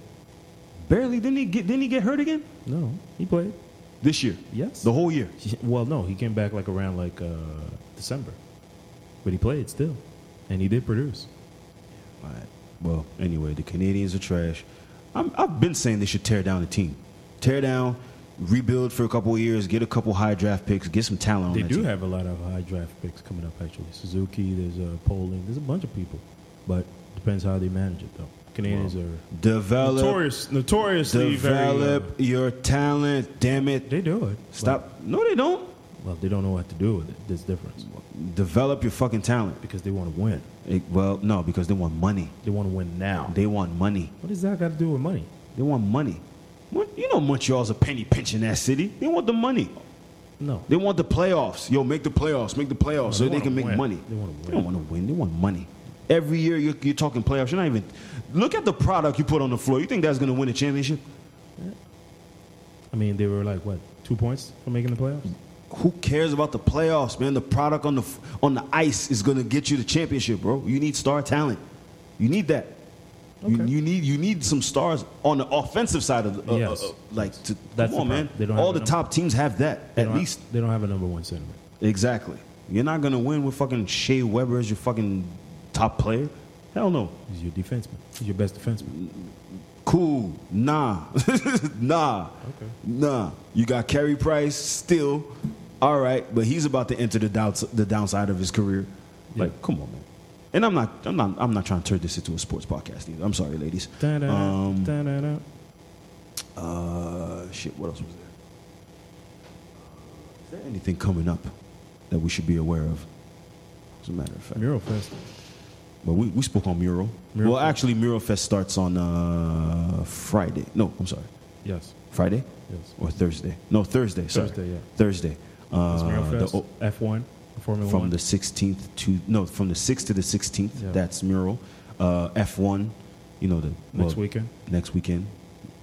Speaker 1: Barely. Didn't he get? Didn't he get hurt again?
Speaker 2: No, he played.
Speaker 1: This year.
Speaker 2: Yes.
Speaker 1: The whole year.
Speaker 2: Well, no, he came back like around like uh, December, but he played still, and he did produce.
Speaker 1: All right. Well, anyway, the Canadians are trash. I'm, I've been saying they should tear down the team, tear down, rebuild for a couple of years, get a couple high draft picks, get some talent.
Speaker 2: They
Speaker 1: on that
Speaker 2: do
Speaker 1: team.
Speaker 2: have a lot of high draft picks coming up, actually. Suzuki, there's uh, Poland, there's a bunch of people, but depends how they manage it, though. Canadians are
Speaker 1: Develop,
Speaker 2: notorious, notoriously
Speaker 1: develop
Speaker 2: very. uh,
Speaker 1: your talent. Damn it!
Speaker 2: they do it.
Speaker 1: Stop. no, they don't.
Speaker 2: Well, well, they don't know what to do with it. There's difference
Speaker 1: Develop your fucking talent.
Speaker 2: because they want to win.
Speaker 1: It- well, no, because they want money.
Speaker 2: They want to win now.
Speaker 1: They want money.
Speaker 2: What does that got to do with money?
Speaker 1: They want money. Mon- You know Montreal's a penny pinching that city. They want the money.
Speaker 2: No,
Speaker 1: They want the playoffs. Yo, make the playoffs. Make the playoffs so
Speaker 2: they
Speaker 1: they
Speaker 2: wanna
Speaker 1: can make
Speaker 2: win.
Speaker 1: money.
Speaker 2: They wanna
Speaker 1: They don't
Speaker 2: win.
Speaker 1: want to win. They want money. Every year you're, you're talking playoffs. You're not even. Look at the product you put on the floor. You think that's going to win a championship?
Speaker 2: I mean they were like what two points from making the playoffs.
Speaker 1: Who cares about the playoffs, man? The product on the f- on the ice is going to get you the championship, bro. You need star talent. You need that. You,
Speaker 2: Okay.
Speaker 1: you need you need some stars on the offensive side of the, uh,
Speaker 2: Yes.
Speaker 1: uh, uh, like to,
Speaker 2: That's
Speaker 1: come on,
Speaker 2: the
Speaker 1: man.
Speaker 2: problem. They don't
Speaker 1: All
Speaker 2: have
Speaker 1: the
Speaker 2: enough-
Speaker 1: top teams have that
Speaker 2: They
Speaker 1: at
Speaker 2: don't-
Speaker 1: least.
Speaker 2: they don't have a number one center.
Speaker 1: Exactly. You're not gonna win with fucking Shea Weber as your fucking top player. Hell no.
Speaker 2: He's your defenseman. He's your best defenseman.
Speaker 1: Cool. Nah. nah. Okay. Nah. You got Carey Price still. All right, but he's about to enter the doubts, the downside of his career. Like, come on, man. And I'm not, I'm not, I'm not trying to turn this into a sports podcast either. I'm sorry, ladies.
Speaker 2: Da-da-da,
Speaker 1: Um,
Speaker 2: da-da-da.
Speaker 1: Uh, shit, what else was there? Is there anything coming up that we should be aware of? As a matter of fact,
Speaker 2: Mural Fest.
Speaker 1: Well, we, we spoke on Mural.
Speaker 2: Mural
Speaker 1: well, actually, Mural Fest starts on uh, Friday. No, I'm sorry.
Speaker 2: Yes.
Speaker 1: Friday?
Speaker 2: Yes.
Speaker 1: Or Thursday? No, Thursday. Sorry.
Speaker 2: Thursday, yeah.
Speaker 1: Thursday. Uh,
Speaker 2: It's
Speaker 1: the
Speaker 2: Mural Fest,
Speaker 1: o-
Speaker 2: F1, Formula
Speaker 1: from
Speaker 2: One.
Speaker 1: the 16th to, no, from the 6th to the 16th.
Speaker 2: Yeah.
Speaker 1: That's Mural. Uh, F1, you know, the.
Speaker 2: Next weekend.
Speaker 1: Next weekend.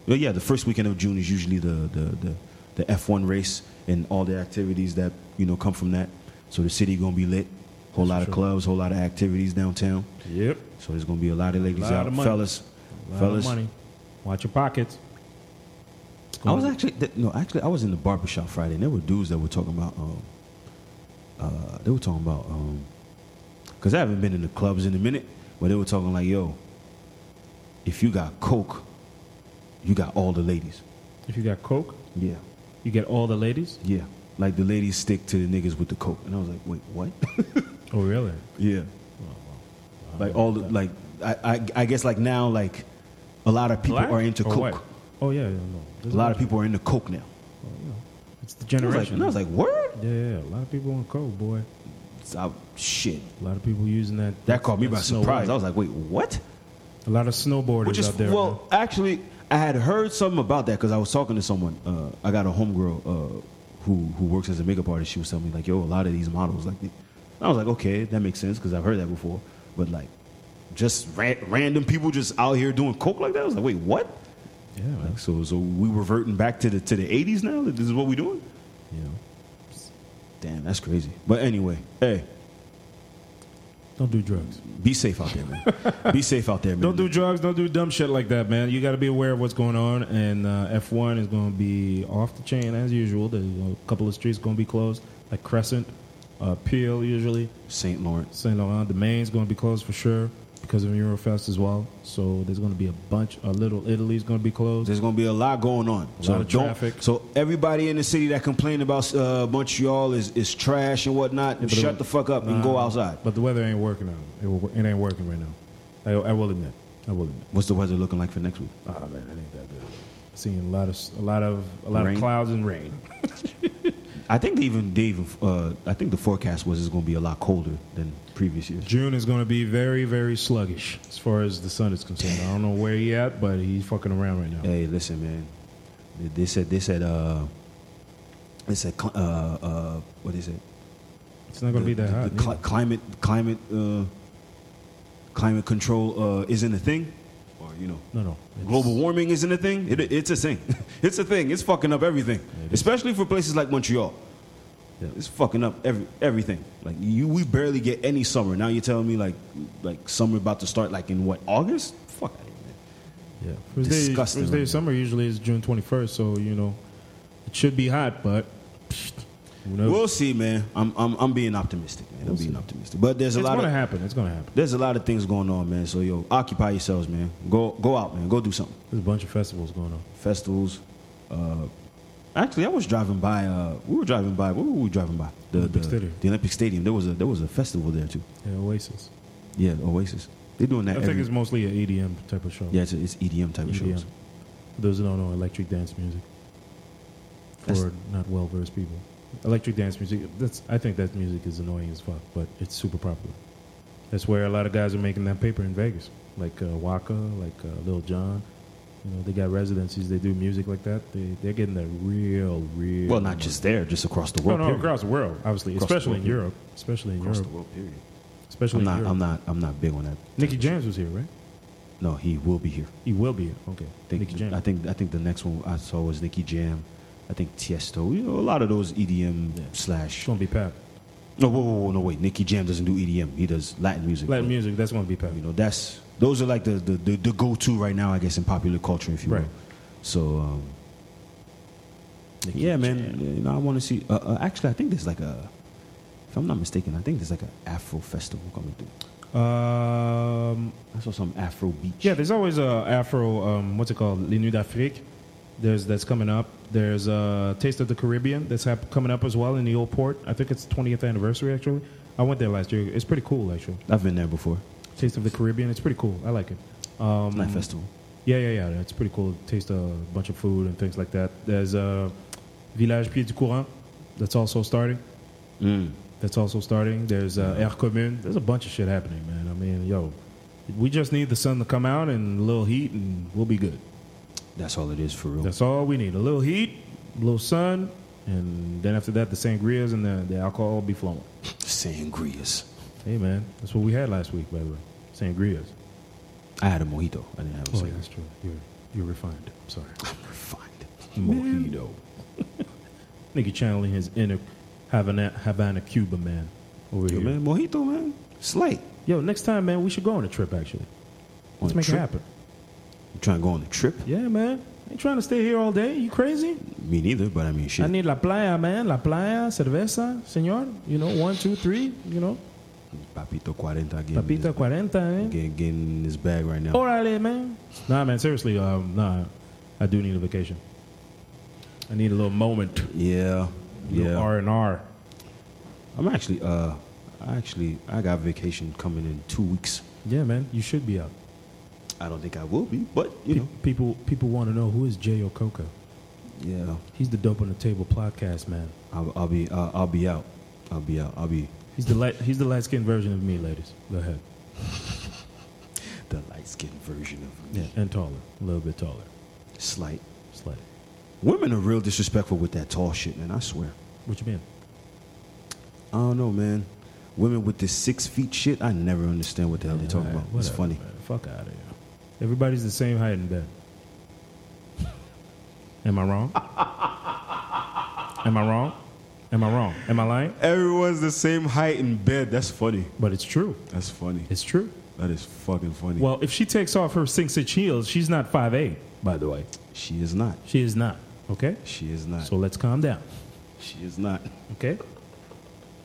Speaker 1: Well, yeah, the first weekend of June is usually the, the, the, the F1 race and all the activities that, you know, come from that. So the city going to be lit. Whole lot of clubs, whole lot of activities downtown.
Speaker 2: Yep.
Speaker 1: So there's gonna be a lot of ladies
Speaker 2: Lot
Speaker 1: out,
Speaker 2: of money.
Speaker 1: fellas,
Speaker 2: A lot
Speaker 1: fellas.
Speaker 2: of money. Watch your pockets.
Speaker 1: I was actually th- no, actually I was in the barber shop Friday, and there were dudes that were talking about, um, uh, they were talking about, um, cause I haven't been in the clubs in a minute, but they were talking like, yo, if you got coke, you got all the ladies.
Speaker 2: If you got coke,
Speaker 1: Yeah.
Speaker 2: You get all the ladies?
Speaker 1: Yeah. Like the ladies stick to the niggas with the coke. And I was like, wait, what?
Speaker 2: Oh, really?
Speaker 1: yeah. Like all the, like, I, I, I guess like now, like a lot of people
Speaker 2: Black
Speaker 1: are into
Speaker 2: or
Speaker 1: coke.
Speaker 2: white? Oh, yeah, yeah, no.
Speaker 1: A
Speaker 2: There's
Speaker 1: lot of people are into coke now.
Speaker 2: It's
Speaker 1: I was
Speaker 2: the
Speaker 1: like,
Speaker 2: generation.
Speaker 1: and I was like, word?
Speaker 2: yeah, yeah, a lot of people on coke, boy.
Speaker 1: Oh, shit.
Speaker 2: A lot of people using that.
Speaker 1: That caught me by
Speaker 2: snow
Speaker 1: surprise. I
Speaker 2: white.
Speaker 1: was like, wait, what?
Speaker 2: a lot of snowboarders
Speaker 1: Which is
Speaker 2: out there.
Speaker 1: well,
Speaker 2: man.
Speaker 1: actually, I had heard something about that because I was talking to someone. Uh, I got a homegirl uh, who who works as a makeup artist. She was telling me like, "Yo, a lot of these models like." They, I was like, "Okay, that makes sense" because I've heard that before. But like, just ra- random people just out here doing coke like that. I was like, "Wait, what?"
Speaker 2: yeah, man.
Speaker 1: Like, so so we reverting back to the to the '80s now. Like, this is what we doing.
Speaker 2: You know,
Speaker 1: Damn, that's crazy. But anyway, hey,
Speaker 2: don't do drugs.
Speaker 1: be safe out there, man. be safe out there, man.
Speaker 2: Don't do drugs. Don't do dumb shit like that, man. You got to be aware of what's going on. And uh, F1 is going to be off the chain as usual. There's a couple of streets going to be closed, like Crescent, uh, Peel, usually.
Speaker 1: St. Lawrence.
Speaker 2: Saint Laurent. The main's going to be closed for sure because of Eurofest as well. So there's going to be a bunch. A little Italy's going to be closed.
Speaker 1: There's gonna be a lot going on.
Speaker 2: A
Speaker 1: so
Speaker 2: lot of
Speaker 1: don't-
Speaker 2: traffic.
Speaker 1: So everybody in the city that complained about uh, Montreal is, is trash and whatnot,
Speaker 2: but
Speaker 1: shut
Speaker 2: it-
Speaker 1: the fuck up and go
Speaker 2: Nah,
Speaker 1: outside.
Speaker 2: Uh, But the weather ain't working out. It, will- it ain't working right now. I, I will admit. I will admit.
Speaker 1: What's the weather looking like for next week?
Speaker 2: Oh man, it ain't that good. Seeing a lot of s- a lot of a lot
Speaker 1: Rain?
Speaker 2: of clouds and rain.
Speaker 1: I think they even they even uh, I think the forecast was it's gonna be a lot colder than previous years.
Speaker 2: June is going to be very very sluggish as far as the sun is concerned. I don't know where he at, but he's fucking around right now.
Speaker 1: Hey, listen, man. They, they said they said uh, they said cl- uh, uh, what is it?
Speaker 2: It's not going to be that hot.
Speaker 1: cli- climate climate uh, climate control uh, isn't a thing, or you know.
Speaker 2: neither. no, no. It's-
Speaker 1: Global warming isn't a thing. It, it's a thing. It's a thing. It's fucking up everything, especially for places like Montreal.
Speaker 2: Yeah.
Speaker 1: It's fucking up every everything. Like you, we barely get any summer. Now you're telling me like like summer about to start like in what August? Fuck out of here, man.
Speaker 2: Yeah. First day,
Speaker 1: Disgusting
Speaker 2: first day
Speaker 1: right
Speaker 2: of summer usually is June 21st, so you know it should be hot, but pfft, who knows?
Speaker 1: We'll see, man. I'm I'm, I'm being optimistic, man. I'm being optimistic. But there's a
Speaker 2: it's
Speaker 1: lot
Speaker 2: going
Speaker 1: of
Speaker 2: to happen. It's going to happen.
Speaker 1: there's a lot of things going on, man. So yo, occupy yourselves, man. Go go out, man. Go do something.
Speaker 2: There's a bunch of festivals going on.
Speaker 1: Festivals. Uh, actually, I was driving by. Uh, we were driving by. What were we driving by? The
Speaker 2: Olympic
Speaker 1: the,
Speaker 2: Stadium.
Speaker 1: the Olympic Stadium. There was a there was a festival there too.
Speaker 2: Yeah, Oasis.
Speaker 1: Yeah, Oasis. They're doing
Speaker 2: I
Speaker 1: that.
Speaker 2: think
Speaker 1: every-
Speaker 2: it's E mostly an EDM type of show.
Speaker 1: yeah, it's, it's EDM type of
Speaker 2: EDM.
Speaker 1: shows.
Speaker 2: For Those who don't know electric dance music for
Speaker 1: That's-
Speaker 2: not well versed people. Electric dance music. That's I think that music is annoying as fuck, but it's super popular. That's where a lot of guys are making that paper in Vegas, like uh, Waka, like uh, Lil Jon. You know, they got residencies. They do music like that. They they're getting that real, real.
Speaker 1: Well, not just there, just across the
Speaker 2: no,
Speaker 1: world.
Speaker 2: no,
Speaker 1: period.
Speaker 2: across the world, obviously,
Speaker 1: Across the
Speaker 2: especially
Speaker 1: world,
Speaker 2: in Europe, especially in
Speaker 1: Across
Speaker 2: Europe,
Speaker 1: the world, period.
Speaker 2: especially
Speaker 1: I'm
Speaker 2: in
Speaker 1: not.
Speaker 2: Europe.
Speaker 1: I'm not. I'm not big on that.
Speaker 2: Nicky James was here, right?
Speaker 1: No, he will be here.
Speaker 2: He will be here. Okay,
Speaker 1: I think,
Speaker 2: Nicky James.
Speaker 1: I think. I think the next one I saw was Nicki Jam. I think Tiesto. You know, a lot of those EDM
Speaker 2: it's
Speaker 1: slash.
Speaker 2: gonna be Pat.
Speaker 1: No, whoa, whoa, whoa, no, wait. Nicki Jam doesn't do EDM. He does Latin music.
Speaker 2: Latin
Speaker 1: but,
Speaker 2: music. That's gonna be Pat.
Speaker 1: You know, that's those are like the the, the, the go to right now, I guess, in popular culture, if you will.
Speaker 2: Right.
Speaker 1: So. Um, yeah, man. You know, I want to see. Uh, uh, actually, I think there's like a. If I'm not mistaken, I think there's like an Afro festival coming through.
Speaker 2: Um,
Speaker 1: I saw some Afro beach.
Speaker 2: yeah, there's always a Afro. Um, what's it called? Les Nuits d'Afrique. There's that's coming up. There's a Taste of the Caribbean that's hap- coming up as well in the old port. I think it's 20th anniversary actually. I went there last year. It's pretty cool actually.
Speaker 1: I've been there before.
Speaker 2: Taste of the Caribbean. It's pretty cool. I like it.
Speaker 1: It's
Speaker 2: Um,
Speaker 1: not festival.
Speaker 2: Yeah, yeah, yeah. It's pretty cool. Taste a bunch of food and things like that. There's a Village Pied du Courant that's also starting. Mm. That's also starting. There's uh, Air Commune. There's a bunch of shit happening, man. I mean, yo, we just need the sun to come out and a little heat, and we'll be good.
Speaker 1: That's all it is for real.
Speaker 2: That's all we need. A little heat, a little sun, and then after that, the sangrias and the, the alcohol will be flowing.
Speaker 1: Sangrias.
Speaker 2: Hey, man, that's what we had last week, by the way. Sangrias.
Speaker 1: I had a mojito. I didn't have a
Speaker 2: Oh, yeah,
Speaker 1: sangria.
Speaker 2: Oh, that's true. You're, you're refined. I'm sorry.
Speaker 1: Refined mojito.
Speaker 2: Nigga channeling his inner Havana, Havana Cuba man over
Speaker 1: Yo,
Speaker 2: here.
Speaker 1: man, mojito, man. It's light.
Speaker 2: Yo, next time, man, we should go on a trip, actually.
Speaker 1: On
Speaker 2: Let's
Speaker 1: a
Speaker 2: make
Speaker 1: trip?
Speaker 2: it happen.
Speaker 1: You trying to go on a trip?
Speaker 2: Yeah, man. Ain't trying to stay here all day. You crazy?
Speaker 1: Me neither, but I mean, shit.
Speaker 2: I need la playa, man. La playa, cerveza, senor. You know, one, two, three, you know.
Speaker 1: Papito 40 getting, in
Speaker 2: Papita
Speaker 1: his,
Speaker 2: cuarenta, eh?
Speaker 1: getting, getting in his bag right
Speaker 2: Oh.
Speaker 1: now.
Speaker 2: Orale, man. Nah, man, seriously, um, nah. I do need a vacation. I I need a little moment,
Speaker 1: Yeah, yeah.
Speaker 2: R and R.
Speaker 1: I'm actually, uh, I actually, I got vacation coming in two weeks.
Speaker 2: Yeah, man, you should be out.
Speaker 1: I don't think I will be, but you
Speaker 2: Pe-
Speaker 1: know,
Speaker 2: people people want to know who is Jay Okoka.
Speaker 1: yeah,
Speaker 2: He's the dope on the table podcast man.
Speaker 1: I'll, I'll be, uh, I'll be out, I'll be out, I'll be
Speaker 2: He's the light he's the light skinned version of me, ladies. Go ahead.
Speaker 1: the light skinned version of me.
Speaker 2: Yeah, and taller, a little bit taller,
Speaker 1: Slight.
Speaker 2: slight.
Speaker 1: Women are real disrespectful with that tall shit, man. I swear.
Speaker 2: What you mean?
Speaker 1: I don't know, man. Women with this six feet shit, I never understand what the hell they talking
Speaker 2: Alright,
Speaker 1: about. It's
Speaker 2: whatever,
Speaker 1: funny.
Speaker 2: man. Fuck out of here. Everybody's the same height in bed. Am I wrong? Am I wrong? Am I wrong? Am I lying?
Speaker 1: Everyone's the same height in bed. That's funny.
Speaker 2: But it's true.
Speaker 1: That's funny.
Speaker 2: It's true.
Speaker 1: That is fucking funny.
Speaker 2: Well, if she takes off her six inch heels, she's not five eight. By the way,
Speaker 1: she is not.
Speaker 2: she is not. Okay.
Speaker 1: She is not.
Speaker 2: So let's calm down.
Speaker 1: she is not.
Speaker 2: Okay.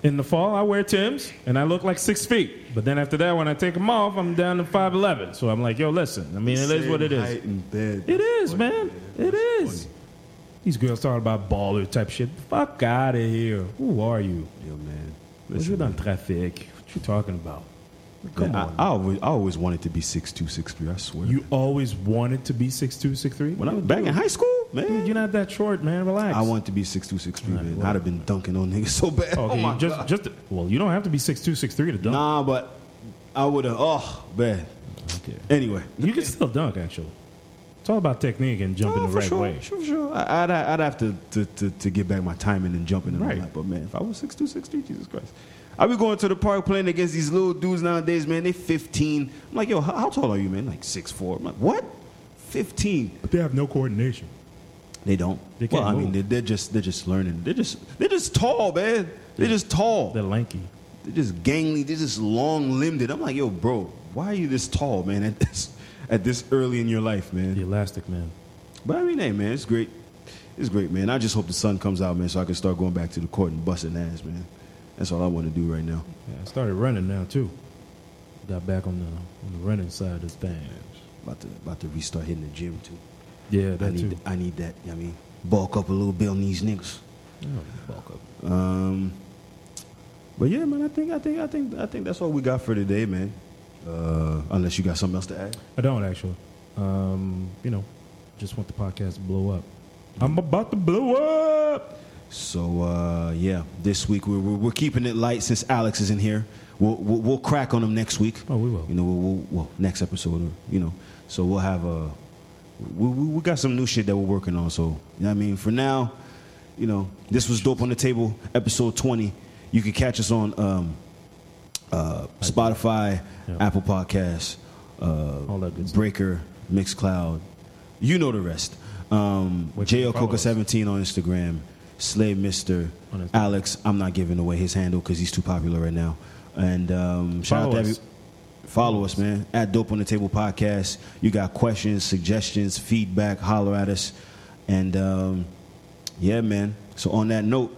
Speaker 2: In the fall, I wear Tim's and I look like six feet. But then after that, when I take them off, I'm down to 5'11. So I'm like, yo, listen, I mean, it is what it is.
Speaker 1: Height in bed.
Speaker 2: It is, man. It is. These girls talking about baller type shit. Fuck out of here. Who are you?
Speaker 1: Yo, man.
Speaker 2: What you done traffic? What you talking about? Come
Speaker 1: Man,
Speaker 2: on.
Speaker 1: I, I always, I always wanted to be six two, six three. I swear.
Speaker 2: you always wanted to be six two, six three.
Speaker 1: when I was back in high school, man.
Speaker 2: Dude, you're not that short, man. Relax.
Speaker 1: I wanted to be six two, six three, man.
Speaker 2: well-
Speaker 1: I'd have been dunking on niggas so bad.
Speaker 2: Okay,
Speaker 1: oh my
Speaker 2: just,
Speaker 1: God.
Speaker 2: just. Well, you don't have to be six two, six three to dunk.
Speaker 1: Nah, but I would have. Oh, bad.
Speaker 2: Okay.
Speaker 1: Anyway.
Speaker 2: You can still dunk, actually. It's all about technique and jumping
Speaker 1: Oh,
Speaker 2: the
Speaker 1: for
Speaker 2: right
Speaker 1: sure,
Speaker 2: way.
Speaker 1: sure, sure. I, I'd, I'd have to, to, to, to get back my timing and jumping and
Speaker 2: Right.
Speaker 1: all that. But man, if I was six two, six three, Jesus Christ, I be going to the park playing against these little dudes nowadays. Man, they fifteen. I'm like, yo, how, how tall are you, man? Like six four. I'm like, what? Fifteen.
Speaker 2: But they have no coordination.
Speaker 1: They don't.
Speaker 2: They
Speaker 1: well,
Speaker 2: can't
Speaker 1: I mean,
Speaker 2: move.
Speaker 1: they're, they're just they're just learning. They're just they're just tall, man. They're just tall.
Speaker 2: They're lanky.
Speaker 1: They're just gangly. They're just long limbed. I'm like, yo, bro, why are you this tall, man? At this at this early in your life, man.
Speaker 2: The elastic man.
Speaker 1: But I mean, hey, man, it's great. It's great, man. I just hope the sun comes out, man, so I can start going back to the court and busting ass, man. That's all I want to do right now.
Speaker 2: Yeah, I started running now too. Got back on the on the running side of things.
Speaker 1: About to about to restart hitting the gym too.
Speaker 2: Yeah,
Speaker 1: I
Speaker 2: that
Speaker 1: need
Speaker 2: too.
Speaker 1: I need that. you know what I mean, bulk up a little bit on these niggas.
Speaker 2: Oh, bulk up.
Speaker 1: Um, but yeah, man, I think I think I think I think that's all we got for today, man. Uh, unless you got something else to add.
Speaker 2: I don't actually. Um, you know, just want the podcast to blow up. I'm about to blow up.
Speaker 1: So uh, yeah, this week we're, we're, we're keeping it light since Alex is in here. We'll, we'll, we'll crack on him next week.
Speaker 2: Oh, we will.
Speaker 1: You know, we'll, we'll, well next episode, or, you know. So we'll have a. We, we, we got some new shit that we're working on. So you know what I mean. For now, you know, this was dope on the table, episode twenty. You can catch us on um, uh, Spotify,
Speaker 2: Yeah.
Speaker 1: Apple Podcasts, uh,
Speaker 2: All that good stuff.
Speaker 1: Breaker, Mixcloud. You know the rest. Um,
Speaker 2: Wait for the follow-ups.
Speaker 1: JLCoca17 on Instagram. Slay Mister
Speaker 2: On Instagram.
Speaker 1: Alex. I'm not giving away his handle because he's too popular right now. And um, shout out
Speaker 2: Follow
Speaker 1: to every,
Speaker 2: us.
Speaker 1: follow us, man. At Dope on the Table podcast. You got questions, suggestions, feedback, holler at us. And um, yeah, man. So on that note,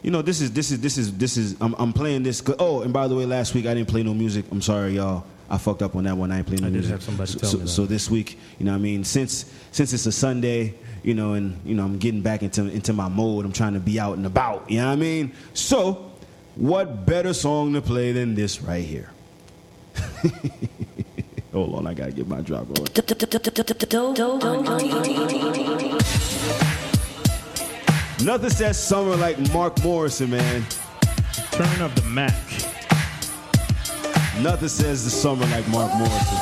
Speaker 1: you know this is this is this is this is I'm, I'm playing this. 'cause- Oh, and by the way, last week I didn't play no music. I'm sorry, y'all. I fucked up on that one. I ain't playing no
Speaker 2: I did
Speaker 1: music.
Speaker 2: have somebody
Speaker 1: so,
Speaker 2: tell
Speaker 1: so,
Speaker 2: me that.
Speaker 1: so this week, you know, what I mean, since since it's a Sunday, you know, and you know, I'm getting back into into my mode. I'm trying to be out and about. You know what I mean? So, what better song to play than this right here? Hold on, I gotta get my drop going. Nothing says summer like Mark Morrison, man.
Speaker 2: Turn up the Mac.
Speaker 1: Nothing says the summer like Mark Morrison.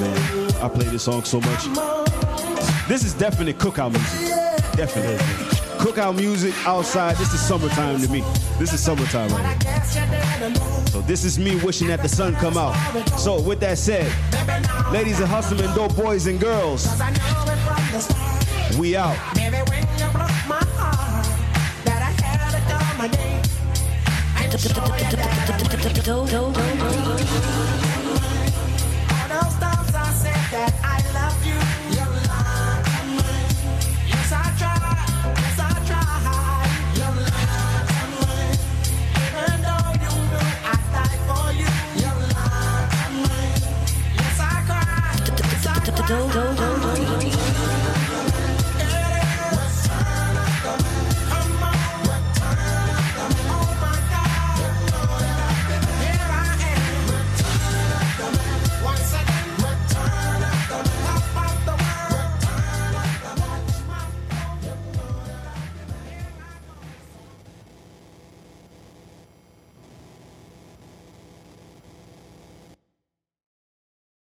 Speaker 1: Man, I play this song so much. This is definite cookout music. Definite. Cookout music outside. This is summertime to me. This is summertime right here. So this is me wishing that the sun come out. So with that said, ladies and hustling dope boys and girls, we out.
Speaker 6: Yes, I cry. Yes, I cry.